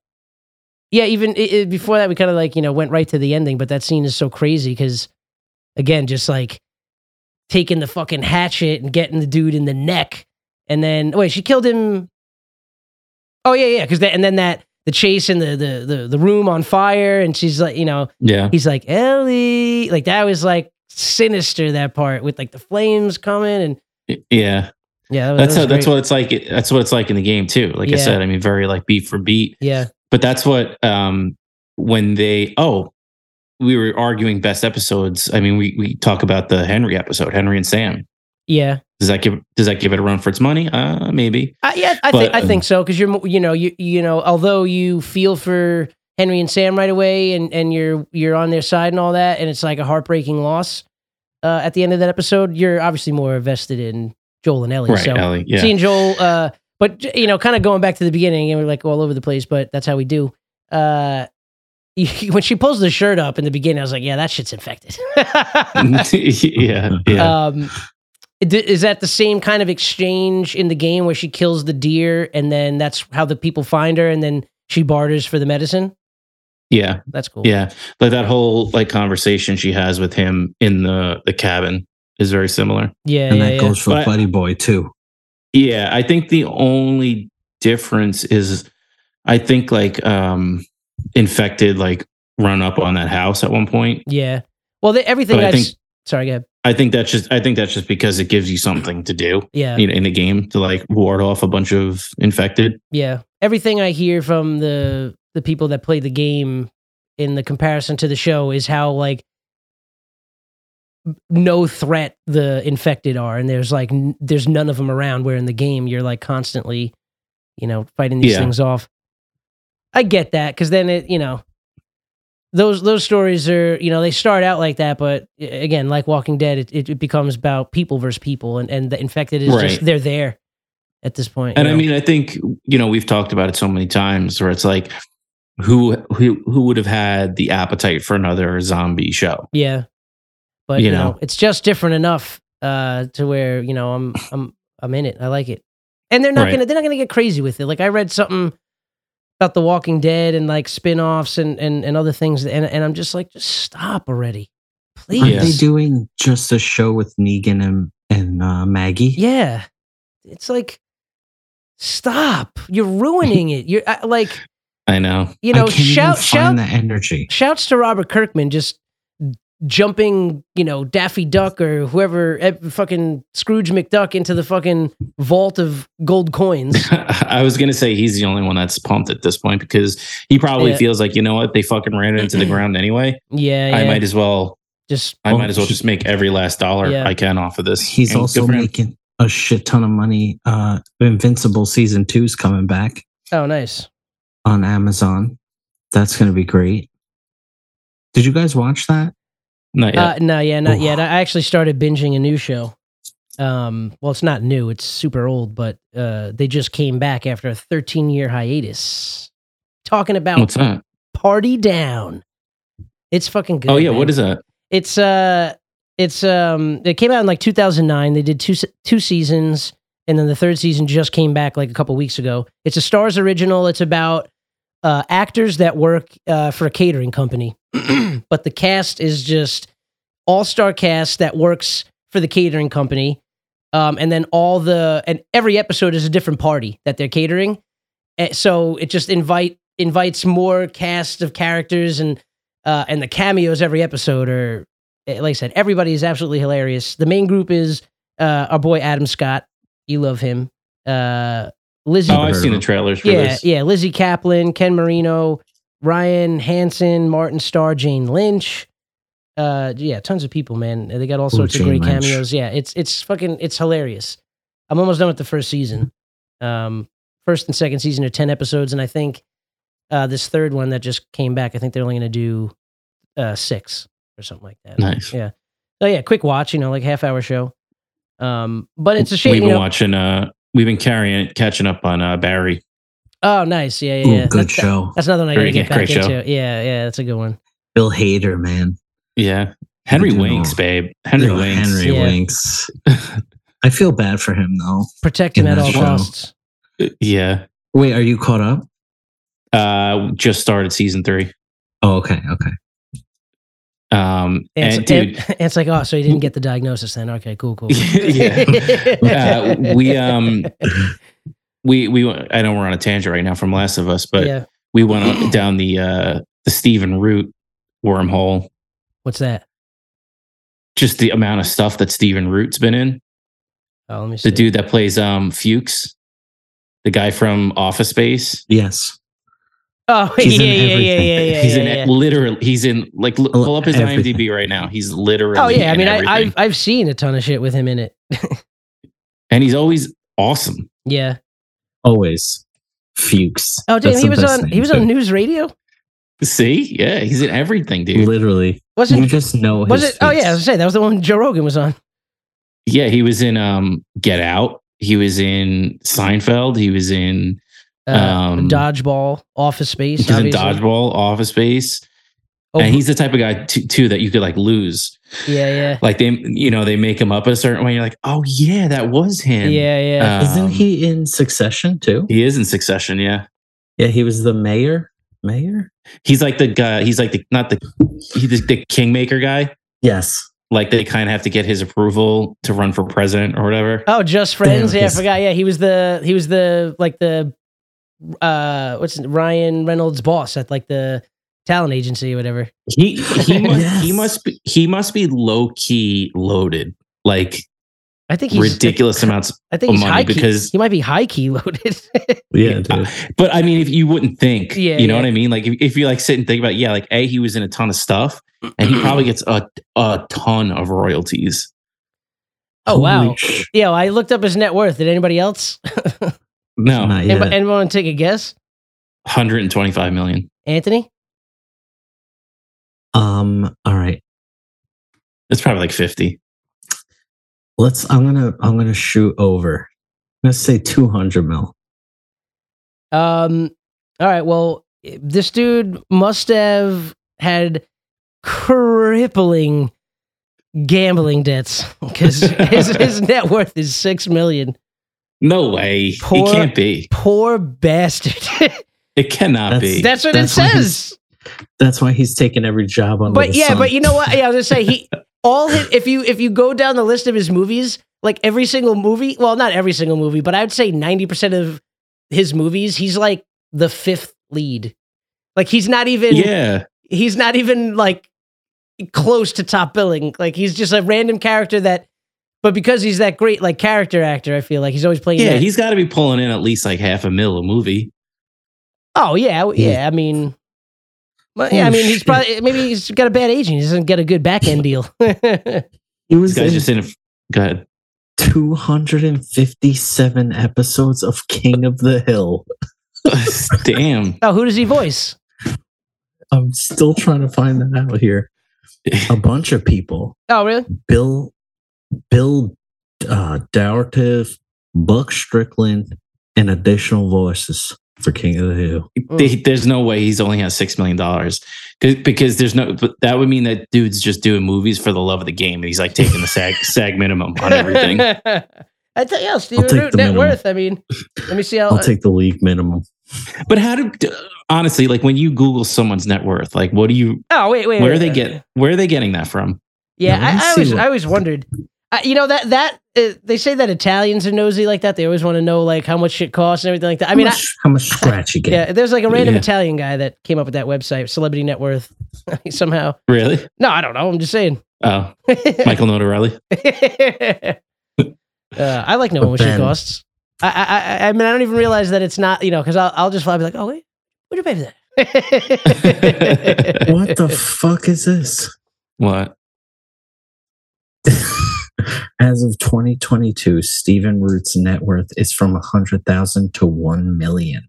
Speaker 4: yeah, even i i before that, we kind of like you know went right to the ending. But that scene is so crazy because, again, just like taking the fucking hatchet and getting the dude in the neck, and then wait, she killed him. Oh yeah, yeah, because that and then that the chase in the, the the the room on fire, and she's like, you know,
Speaker 5: Yeah.
Speaker 4: he's like Ellie, like that was like sinister that part with like the flames coming and
Speaker 5: Yeah.
Speaker 4: yeah, that, was-
Speaker 5: That's
Speaker 4: that
Speaker 5: how,
Speaker 4: was
Speaker 5: that's
Speaker 4: great.
Speaker 5: what it's like. That's what it's like in the game too. Like I
Speaker 4: Yeah.
Speaker 5: said, I mean, very like beat for beat.
Speaker 4: yeah,
Speaker 5: But that's what um when they oh we were arguing best episodes. I mean, we we talk about the Henry episode, Henry and Sam.
Speaker 4: yeah.
Speaker 5: Does that give does that give it a run for its money? Uh, maybe.
Speaker 4: I yeah, I,
Speaker 5: But,
Speaker 4: thi- I
Speaker 5: um,
Speaker 4: think so because you're mo- you know you you know although you feel for Henry and Sam right away and and you're you're on their side and all that and it's like a heartbreaking loss uh, at the end of that episode you're obviously more invested in Joel and Ellie
Speaker 5: Right,
Speaker 4: so
Speaker 5: Ellie. Yeah.
Speaker 4: seeing Joel uh, but j- you know kind of going back to the beginning and we're like all over the place but that's how we do uh, when she pulls the shirt up in the beginning I was like yeah that shit's infected
Speaker 5: yeah. Yeah.
Speaker 4: um, d- is that the same kind of exchange in the game where she kills the deer and then that's how the people find her and then she barters for the medicine?
Speaker 5: yeah.
Speaker 4: That's cool.
Speaker 5: Yeah. Like that whole like conversation she has with him in the the cabin is very similar.
Speaker 4: Yeah.
Speaker 6: and
Speaker 4: yeah,
Speaker 6: that
Speaker 4: yeah.
Speaker 6: goes for
Speaker 5: But-
Speaker 6: Buddy Boy too.
Speaker 5: Yeah, I think the only difference is I think like um infected like run up on that house at one point.
Speaker 4: Yeah. Well, they, everything
Speaker 5: But I
Speaker 4: I
Speaker 5: think-
Speaker 4: s- Sorry, go ahead.
Speaker 5: I think that's just I think that's just because it gives you something to do,
Speaker 4: Yeah.
Speaker 5: you know, in the game to like ward off a bunch of infected.
Speaker 4: Yeah. Everything I hear from the the people that play the game in the comparison to the show is how like no threat the infected are and there's like n- there's none of them around where in the game you're like constantly you know fighting these
Speaker 5: Yeah.
Speaker 4: things off. I get that cuz then it, you know, those those stories are, you know, they start out like that but a- again, like Walking Dead it, it, it becomes about people versus people and and the infected is
Speaker 5: Right.
Speaker 4: just they're there at this point.
Speaker 5: And
Speaker 4: you
Speaker 5: I
Speaker 4: know?
Speaker 5: mean, I think you know we've talked about it so many times where it's like who who who would have had the appetite for another zombie show?
Speaker 4: Yeah. But
Speaker 5: You
Speaker 4: you, know,
Speaker 5: know.
Speaker 4: it's just different enough uh to where, you know, I'm I'm I'm in it. I like it. And they're not
Speaker 5: Right.
Speaker 4: gonna they're not gonna get crazy with it. Like I read something about The Walking Dead and like spin offs and, and and other things and and I'm just like, just stop already. Please.
Speaker 6: Aren't
Speaker 5: Yeah.
Speaker 6: they doing just a show with Negan and and uh, Maggie?
Speaker 4: Yeah. It's like stop. You're ruining it. You're I, like,
Speaker 5: I know.
Speaker 4: you know,
Speaker 6: I can't even
Speaker 4: shout shout
Speaker 6: find the energy.
Speaker 4: shouts to Robert Kirkman just jumping, you know, Daffy Duck or whoever, eh, fucking Scrooge McDuck into the fucking vault of gold coins.
Speaker 5: I was gonna say he's the only one that's pumped at this point because he probably
Speaker 4: Yeah.
Speaker 5: feels like you know what they fucking ran it into the ground anyway.
Speaker 4: Yeah, yeah.
Speaker 5: I might as well.
Speaker 4: just
Speaker 5: I
Speaker 6: Well,
Speaker 5: might as well just make every last dollar
Speaker 4: Yeah.
Speaker 5: I can off of this.
Speaker 6: He's
Speaker 5: And good
Speaker 6: also
Speaker 5: for him.
Speaker 6: making a shit ton of money. Uh, Invincible season two's coming back
Speaker 4: oh nice.
Speaker 6: on Amazon. That's going to be great. Did you guys watch that?
Speaker 5: not yet.
Speaker 4: Uh, no, yeah, not
Speaker 6: Oof.
Speaker 4: yet. I actually started binging a new show. Um, well, it's not new; it's super old, but uh, they just came back after a 13-year hiatus. Talking about
Speaker 5: What's that?
Speaker 4: Party Down. It's fucking good.
Speaker 5: oh yeah,
Speaker 4: man.
Speaker 5: what is that?
Speaker 4: It's uh, it's um, it came out in like 2009. They did two se- two seasons, and then the third season just came back like a couple weeks ago. It's a Stars original. It's about uh, actors that work uh, for a catering company, but the cast is just all star cast that works for the catering company. Um, and then all the and every episode is a different party that they're catering, And so it just invite invites more cast of characters and uh, and the cameos every episode are eh, like I said, everybody is absolutely hilarious. The main group is uh, our boy Adam Scott, you love him, uh, Lizzie
Speaker 5: Oh,
Speaker 6: heard
Speaker 5: I've
Speaker 6: of
Speaker 5: seen the
Speaker 6: him.
Speaker 5: trailers for
Speaker 4: yeah,
Speaker 5: this.
Speaker 4: yeah. Lizzie Kaplan, Ken Marino, Ryan Hansen, Martin Starr, Jane Lynch. Uh, yeah, tons of people, man. They got all sorts of
Speaker 6: Jane
Speaker 4: great
Speaker 6: Lynch.
Speaker 4: cameos. Yeah, it's it's fucking it's hilarious. I'm almost done with the first season. Um, first and second season are ten episodes, and I think uh, this third one that just came back, I think they're only going to do uh, six or something like that.
Speaker 5: Nice.
Speaker 4: Yeah. Oh yeah, quick watch. You know, like half hour show. Um, but it's a shame.
Speaker 5: We've
Speaker 4: you
Speaker 5: been
Speaker 4: know,
Speaker 5: watching. Uh, we've been carrying catching up on uh, Barry.
Speaker 4: Oh, nice. Yeah, yeah, yeah.
Speaker 6: Ooh, good
Speaker 4: That's-
Speaker 6: show.
Speaker 4: That's another one I gotta
Speaker 5: Great-
Speaker 4: get
Speaker 5: yeah,
Speaker 4: back
Speaker 5: great
Speaker 4: into.
Speaker 5: show.
Speaker 4: Yeah, yeah, that's a good one.
Speaker 6: Bill Hader, man.
Speaker 5: Yeah. Henry
Speaker 6: Good to know.
Speaker 5: Winks, babe. Henry
Speaker 6: Oh,
Speaker 5: Winks.
Speaker 6: Henry
Speaker 4: Yeah.
Speaker 6: Winks. I feel bad for him though.
Speaker 4: Protect him
Speaker 6: In
Speaker 4: at
Speaker 6: that
Speaker 4: all
Speaker 6: show.
Speaker 4: costs.
Speaker 5: Yeah.
Speaker 6: Wait, are you caught up?
Speaker 5: Uh, just started season three.
Speaker 6: Oh, okay, okay.
Speaker 5: Um,
Speaker 4: And,
Speaker 5: and
Speaker 4: it's, and-
Speaker 5: dude,
Speaker 4: and it's like, oh, so he didn't get the diagnosis then. Okay, cool, cool.
Speaker 5: Yeah. Uh, we, um, we we went- I know we're on a tangent right now from Last of Us, but
Speaker 4: yeah,
Speaker 5: we went on, down the uh the Stephen Root wormhole.
Speaker 4: what's that?
Speaker 5: Just the amount of stuff that Stephen Root's been in.
Speaker 4: Oh, let me see.
Speaker 5: The dude that plays um Fuchs, the guy from Office Space.
Speaker 6: Yes.
Speaker 4: Oh,
Speaker 6: He's
Speaker 4: yeah,
Speaker 6: in
Speaker 4: yeah, yeah, yeah,
Speaker 6: everything.
Speaker 4: yeah, yeah.
Speaker 5: he's in
Speaker 4: yeah.
Speaker 5: it literally. He's in like l- pull up his
Speaker 6: Everything.
Speaker 5: IMDb right now. He's literally.
Speaker 4: Oh yeah, I
Speaker 5: in
Speaker 4: mean, I,
Speaker 5: everything.
Speaker 4: I've I've seen a ton of shit with him in it.
Speaker 5: and he's always awesome.
Speaker 4: Yeah.
Speaker 6: Always. Fuchs.
Speaker 4: Oh, damn,
Speaker 6: That's
Speaker 4: he
Speaker 6: the
Speaker 4: was
Speaker 6: best
Speaker 4: on
Speaker 6: name,
Speaker 4: he was on
Speaker 6: too.
Speaker 4: news radio.
Speaker 5: See, yeah, he's in everything, dude.
Speaker 6: Literally.
Speaker 5: Mm-hmm.
Speaker 6: You
Speaker 4: Wasn't
Speaker 6: just know
Speaker 4: was
Speaker 6: his
Speaker 4: it? Oh
Speaker 6: face.
Speaker 4: yeah, I was gonna say that was the one Joe Rogan was on.
Speaker 5: Yeah, he was in um Get Out. He was in Seinfeld. He was in
Speaker 4: Uh,
Speaker 5: Um,
Speaker 4: dodgeball, Office Space.
Speaker 5: he was in
Speaker 4: obviously.
Speaker 5: Dodgeball, Office Space,
Speaker 4: Oh,
Speaker 5: and he's the type of guy t- too that you could like lose.
Speaker 4: yeah, yeah,
Speaker 5: Like they, you know, they make him up a certain way. You're like, oh yeah, that was him.
Speaker 4: yeah, yeah.
Speaker 5: Um,
Speaker 6: Isn't he in Succession too?
Speaker 5: He is in Succession. Yeah,
Speaker 6: Yeah, he was the mayor. Mayor?
Speaker 5: he's like the guy. He's like the not the he's the, the kingmaker guy.
Speaker 6: Yes.
Speaker 5: Like they kind of have to get his approval to run for president or whatever.
Speaker 4: oh, just friends. yeah, I
Speaker 6: Damn, he's-
Speaker 4: forgot. Yeah, he was the he was the like the uh what's his- Ryan Reynolds' boss at like the talent agency or whatever.
Speaker 5: He he must, he
Speaker 6: Yes.
Speaker 5: must be he must be low key loaded. Like
Speaker 4: I think he's
Speaker 5: ridiculous amounts
Speaker 4: I think he's
Speaker 5: money
Speaker 4: high key.
Speaker 5: because-
Speaker 4: he might be high key loaded.
Speaker 5: Yeah, But I mean, if you wouldn't think,
Speaker 4: Yeah,
Speaker 5: you know
Speaker 4: yeah.
Speaker 5: what I mean? Like if, if you like sit and think about, it, yeah, like A, he was in a ton of stuff and he probably gets a, a ton of royalties.
Speaker 4: oh wow.
Speaker 6: Holy
Speaker 4: Yeah, well, I looked up his net worth. Did anybody else?
Speaker 5: No,
Speaker 6: Not yet.
Speaker 4: Anybody, anyone take a guess?
Speaker 5: 125 million.
Speaker 4: Anthony?
Speaker 6: Um, all right.
Speaker 5: It's probably like 50.
Speaker 6: Let's I'm gonna I'm gonna shoot over. Let's say two hundred mil.
Speaker 4: Um, all right. Well, this dude must have had crippling gambling debts because his, his net worth is six million.
Speaker 5: No way.
Speaker 4: Poor-
Speaker 5: it can't be.
Speaker 4: Poor bastard.
Speaker 5: It cannot
Speaker 6: That's-
Speaker 5: be.
Speaker 4: That's what
Speaker 6: That's
Speaker 4: it
Speaker 6: why he's
Speaker 4: says.
Speaker 6: That's why he's taking every job on.
Speaker 4: But yeah, but you know what? Yeah, I was gonna say he all his, if you if you go down the list of his movies, like every single movie, well, not every single movie, but I would say ninety percent of his movies, he's like the fifth lead. Like he's not even
Speaker 5: yeah.
Speaker 4: he's not even like close to top billing. Like he's just a random character that, but because he's that great like character actor, I feel like he's always playing.
Speaker 5: Yeah.
Speaker 4: that-
Speaker 5: He's got to be pulling in at least like half a mil a movie.
Speaker 4: oh yeah, yeah.
Speaker 6: Yeah.
Speaker 4: I mean, but yeah, I
Speaker 6: Oh,
Speaker 4: mean, he's
Speaker 6: shit.
Speaker 4: probably eh, maybe he's got a bad agent. He doesn't get a good back end deal.
Speaker 6: he
Speaker 5: This
Speaker 6: was in
Speaker 5: guy's just in a. Go ahead.
Speaker 6: 257 episodes of King of the Hill.
Speaker 5: Damn.
Speaker 4: oh, who does he voice?
Speaker 6: I'm still trying to find that out here. A bunch of people.
Speaker 4: Oh really?
Speaker 6: Bill Bill uh Dowertive, Buck Strickland, and additional voices for King of the Hill.
Speaker 5: They, there's no way he's only has six million dollars because there's no but that would mean that dude's just doing movies for the love of the game and he's like taking the sag sag minimum on everything
Speaker 4: I tell you, Steven
Speaker 6: take
Speaker 4: Root
Speaker 6: the
Speaker 4: net
Speaker 6: minimum.
Speaker 4: worth. I mean, let me see how.
Speaker 6: I'll take the league minimum.
Speaker 5: but how do honestly like when you google someone's net worth like what do you
Speaker 4: oh wait, wait.
Speaker 5: where are
Speaker 4: wait,
Speaker 5: they
Speaker 4: wait.
Speaker 5: get where are they getting that from
Speaker 4: Yeah,
Speaker 6: Yeah, let me
Speaker 4: I, I
Speaker 6: see
Speaker 4: always
Speaker 6: what-
Speaker 4: I always wondered. I, you know that that uh, they say that Italians are nosy like that. They always want to know like how much shit costs and everything like that. I mean,
Speaker 6: how
Speaker 4: I,
Speaker 6: much, how much scratch you get?
Speaker 4: yeah, there's like a random
Speaker 5: Yeah.
Speaker 4: Italian guy that came up with that website, Celebrity Net Worth, somehow.
Speaker 5: really
Speaker 4: No, I don't know. I'm just saying.
Speaker 5: oh michael notarelli
Speaker 4: uh, I like knowing
Speaker 6: But
Speaker 4: what shit
Speaker 6: then-
Speaker 4: costs. I, I I I mean, I don't even realize that it's not you know because I'll I'll just fly be like, oh wait, what you pay for that?
Speaker 6: What the fuck is this?
Speaker 5: what
Speaker 6: As of 2022, Stephen Root's net worth is from 100,000 to 1 million.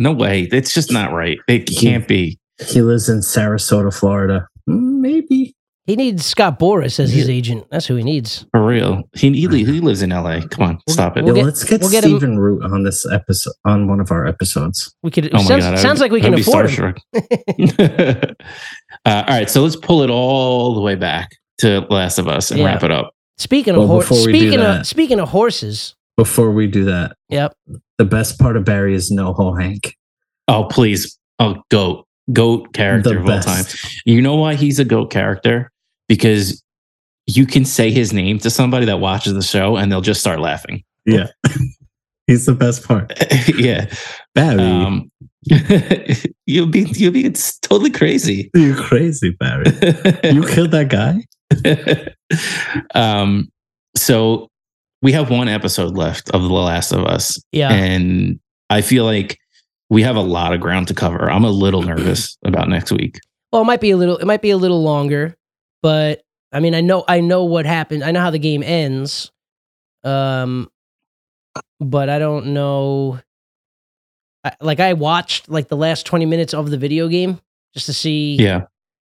Speaker 5: no way it's just not right it can't be
Speaker 6: He lives in Sarasota, Florida. Mm, Maybe.
Speaker 4: He needs Scott Boris as his agent. That's who he needs.
Speaker 5: For real. He, he, li- he lives in LA. Come on, stop it.
Speaker 4: Mm-hmm. We'll
Speaker 6: Yeah,
Speaker 4: get-
Speaker 6: let's get
Speaker 4: we'll get him-
Speaker 6: Stephen Root on this episode on one of our episodes.
Speaker 4: We could.
Speaker 5: Oh my
Speaker 4: sounds
Speaker 5: God. I would-
Speaker 4: sounds like we
Speaker 5: I
Speaker 4: can
Speaker 5: would be
Speaker 4: afford him.
Speaker 5: starstruck. uh, all right. So let's pull it all the way back to Last of Us and
Speaker 4: Yeah.
Speaker 5: wrap it up.
Speaker 4: Speaking
Speaker 6: Well,
Speaker 4: of hor-
Speaker 6: before we do
Speaker 4: speaking of
Speaker 6: that-
Speaker 4: speaking of horses.
Speaker 6: Before we do that,
Speaker 4: Yep.
Speaker 6: the best part of Barry is no whole Hank.
Speaker 5: Oh, please. Oh, goat. Goat character
Speaker 6: The
Speaker 5: of all time.
Speaker 6: best.
Speaker 5: You know why he's a goat character? Because you can say his name to somebody that watches the show and they'll just start laughing.
Speaker 6: He's the best part.
Speaker 5: yeah.
Speaker 6: Barry,
Speaker 5: Um, you'll be you'll be it's totally crazy.
Speaker 6: you crazy Barry. You killed that guy?
Speaker 5: um so we have one episode left of The Last of Us.
Speaker 4: Yeah.
Speaker 5: And I feel like we have a lot of ground to cover. I'm a little nervous about next week.
Speaker 4: Well, it might be a little. It might be a little longer, but I mean, I know, I know what happened. I know how the game ends. Um, but I don't know. I, like I watched like the last twenty minutes of the video game just to see
Speaker 5: Yeah.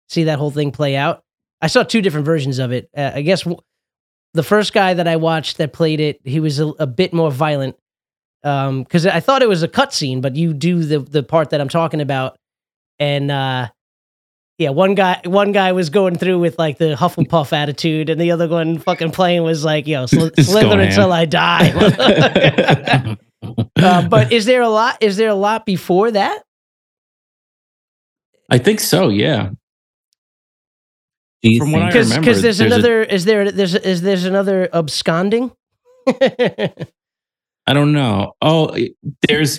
Speaker 4: see that whole thing play out. I saw two different versions of it. Uh, I guess w- the first guy that I watched that played it, he was a, a bit more violent because I thought it was a cutscene, but you do the the part that I'm talking about, and uh, yeah, one guy one guy was going through with like the Hufflepuff attitude, and the other one fucking playing was like, "Yo, sl-
Speaker 5: It's
Speaker 4: slither
Speaker 5: going ham.
Speaker 4: until I die." uh, but is there a lot? Is there a lot before that?
Speaker 5: I think so, yeah.
Speaker 6: Do you
Speaker 5: From what
Speaker 6: think
Speaker 5: I
Speaker 4: because
Speaker 5: remember,
Speaker 4: because there's,
Speaker 5: there's a-
Speaker 4: another is there there's is there's another absconding
Speaker 5: Oh. I don't know. Oh, it- there's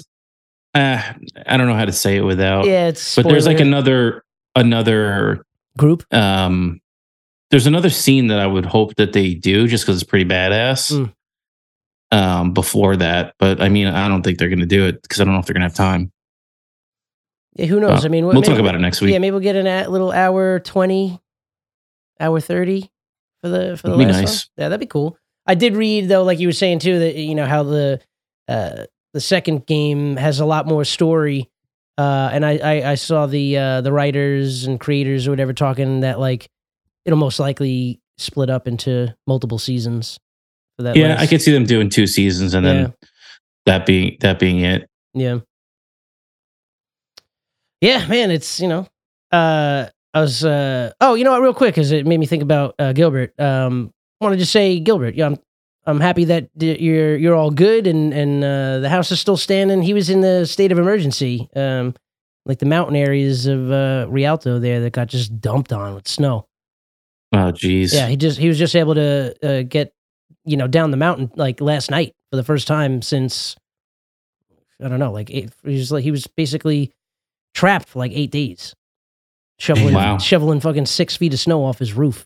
Speaker 5: uh, I don't know how to say it without
Speaker 4: yeah it's
Speaker 5: but there's like
Speaker 4: spoiler.
Speaker 5: another another
Speaker 4: group
Speaker 5: um there's another scene that I would hope that they do just because it's pretty badass.
Speaker 4: Mm. Hmm.
Speaker 5: Um, before that, but I mean, I don't think they're gonna do it because I don't know if they're gonna have time.
Speaker 4: yeah, who knows
Speaker 5: Uh,
Speaker 4: i mean
Speaker 5: We'll talk about it next week.
Speaker 4: yeah maybe we'll get an a little hour 20 hour 30 for the for the
Speaker 5: That'd be
Speaker 4: last
Speaker 5: nice.
Speaker 4: one yeah that'd be cool i did read though like you were saying too that you know how the uh the second game has a lot more story uh and i i, I saw the uh the writers and creators or whatever talking that like it'll most likely split up into multiple seasons for that
Speaker 5: yeah,
Speaker 4: last-
Speaker 5: I could see them doing two seasons and
Speaker 4: Yeah.
Speaker 5: then that being that being it.
Speaker 4: Yeah. Yeah, man, it's you know, uh, I was uh, oh, you know what, real quick, because it made me think about uh, Gilbert. Um, want to just say, Gilbert, yeah, I'm I'm happy that d- you're you're all good and and uh, the house is still standing. He was in the state of emergency, um, like the mountain areas of uh, Rialto there that got just dumped on with snow.
Speaker 5: Oh, geez.
Speaker 4: Yeah, he just he was just able to uh, get you know down the mountain like last night for the first time since I don't know, like eight, he was like he was basically trapped for like eight days, shoveling
Speaker 5: Wow.
Speaker 4: shoveling fucking six feet of snow off his roof.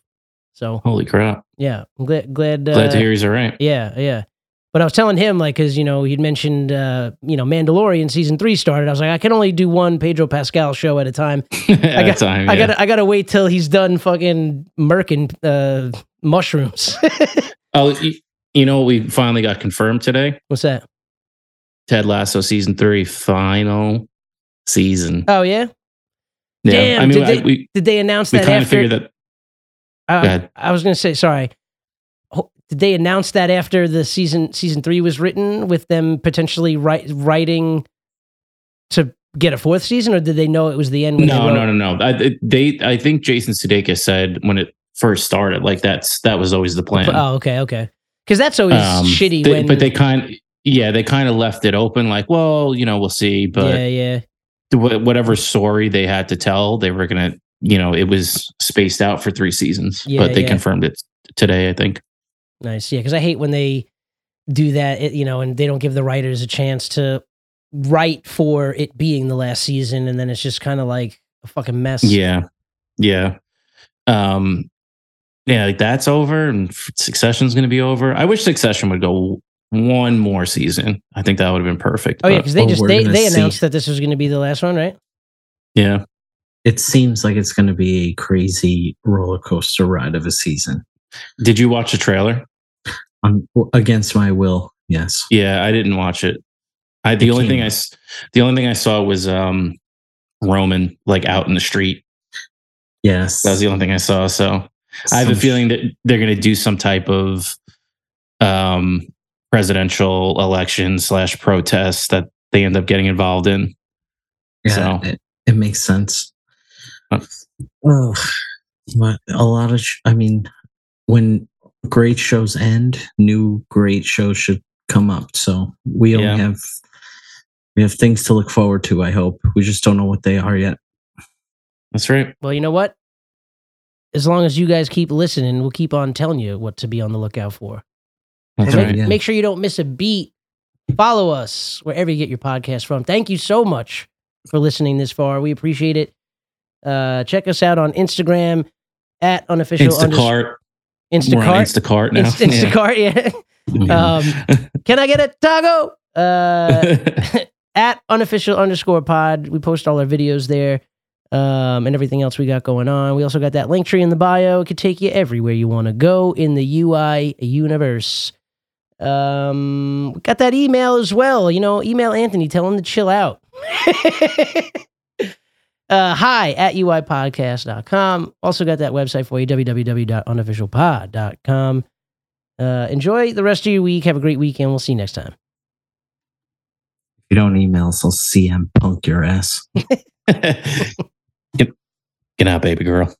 Speaker 4: So
Speaker 5: Holy crap!
Speaker 4: yeah, I'm glad glad uh,
Speaker 5: Glad to hear he's all right.
Speaker 4: yeah, yeah. But I was telling him, like, because you know he'd mentioned, uh, you know, Mandalorian season three started. I was like, I can only do one Pedro Pascal show at a time.
Speaker 5: At
Speaker 4: got-
Speaker 5: time,
Speaker 4: I
Speaker 5: yeah.
Speaker 4: gotta, I gotta wait till he's done fucking murking uh, mushrooms.
Speaker 5: Oh, y- you know what we finally got confirmed today?
Speaker 4: What's that?
Speaker 5: Ted Lasso season three, final season.
Speaker 4: Oh yeah,
Speaker 5: yeah,
Speaker 4: damn,
Speaker 5: I mean,
Speaker 4: did they-
Speaker 5: I, we
Speaker 4: did they announce
Speaker 5: we
Speaker 4: that
Speaker 5: kind of
Speaker 4: after?
Speaker 5: figured that.
Speaker 4: I-
Speaker 5: Go ahead.
Speaker 4: I was gonna say sorry. Ho- Did they announce that after the season season three was written, with them potentially write, writing to get a fourth season, or did they know it was the end? When
Speaker 5: No,
Speaker 4: they wrote-
Speaker 5: no, no, no. I, it- they, I think Jason Sudeikis said when it first started, like that's that was always the plan.
Speaker 4: Oh, okay, okay. Because that's always
Speaker 5: Um,
Speaker 4: shitty.
Speaker 5: they-
Speaker 4: when,
Speaker 5: but they kind, yeah, they kind of left it open, like, well, you know, we'll see. But
Speaker 4: yeah, yeah,
Speaker 5: wh- whatever story they had to tell, they were gonna, you know, it was spaced out for three seasons.
Speaker 4: Yeah,
Speaker 5: but they
Speaker 4: yeah.
Speaker 5: confirmed it today, I think.
Speaker 4: nice. Yeah, because I hate when they do that. It, you know, and they don't give the writers a chance to write for it being the last season, and then it's just kind of like a fucking mess.
Speaker 5: Yeah, yeah, um, yeah. Like that's over, and f- Succession's gonna be over. I wish Succession would go one more season. I think that would have been perfect.
Speaker 4: Oh yeah,
Speaker 5: but-
Speaker 4: because they
Speaker 6: Well,
Speaker 4: just
Speaker 6: we're
Speaker 4: they,
Speaker 6: gonna
Speaker 4: they
Speaker 6: see.
Speaker 4: announced that this was going to be the last one, right?
Speaker 5: yeah.
Speaker 6: It seems like it's gonna be a crazy roller coaster ride of a season.
Speaker 5: Did you watch the trailer?
Speaker 6: Um, against my will, yes.
Speaker 5: Yeah, I didn't watch it. I the
Speaker 6: It
Speaker 5: only
Speaker 6: came
Speaker 5: thing I
Speaker 6: out.
Speaker 5: s- the only thing I saw was um Roman like out in the street.
Speaker 6: Yes.
Speaker 5: That was the only thing I saw. So I have a
Speaker 6: Some
Speaker 5: feeling that they're going to do some type of um, presidential election slash protest that they end up getting involved in.
Speaker 6: Yeah,
Speaker 5: So-
Speaker 6: it, it makes sense.
Speaker 5: Huh.
Speaker 6: Oh, but a lot of, sh- I mean, when great shows end, new great shows should come up. So we only
Speaker 5: Yeah.
Speaker 6: have we have things to look forward to. I hope we just don't know what they are yet.
Speaker 5: That's right.
Speaker 4: Well, you know what? As long as you guys keep listening, we'll keep on telling you what to be on the lookout for.
Speaker 5: That's
Speaker 4: And
Speaker 6: Okay.
Speaker 5: right.
Speaker 4: make,
Speaker 6: Yeah.
Speaker 4: make sure you don't miss a beat. Follow us wherever you get your podcast from. Thank you so much for listening this far. We appreciate it. Uh, check us out on Instagram at unofficial unders-
Speaker 5: Instacart. We're on
Speaker 4: Instacart.
Speaker 5: Instacart now.
Speaker 4: Inst- Instacart, yeah. Uh, Um, Can I get a taco? Uh, at unofficial underscore pod. We post all our videos there um, and everything else we got going on. We also got that link tree in the bio. It could take you everywhere you want to go in the UI universe. Um, we got that email as well. You know, email Anthony, tell him to chill out. uh, hi at uipodcast.com. Also got that website for you, www.unofficialpod.com. Uh, enjoy the rest of your week. Have a great week, and we'll see you next time.
Speaker 6: If you don't email us, I'll CM Punk your ass.
Speaker 5: Get- Get out, baby girl.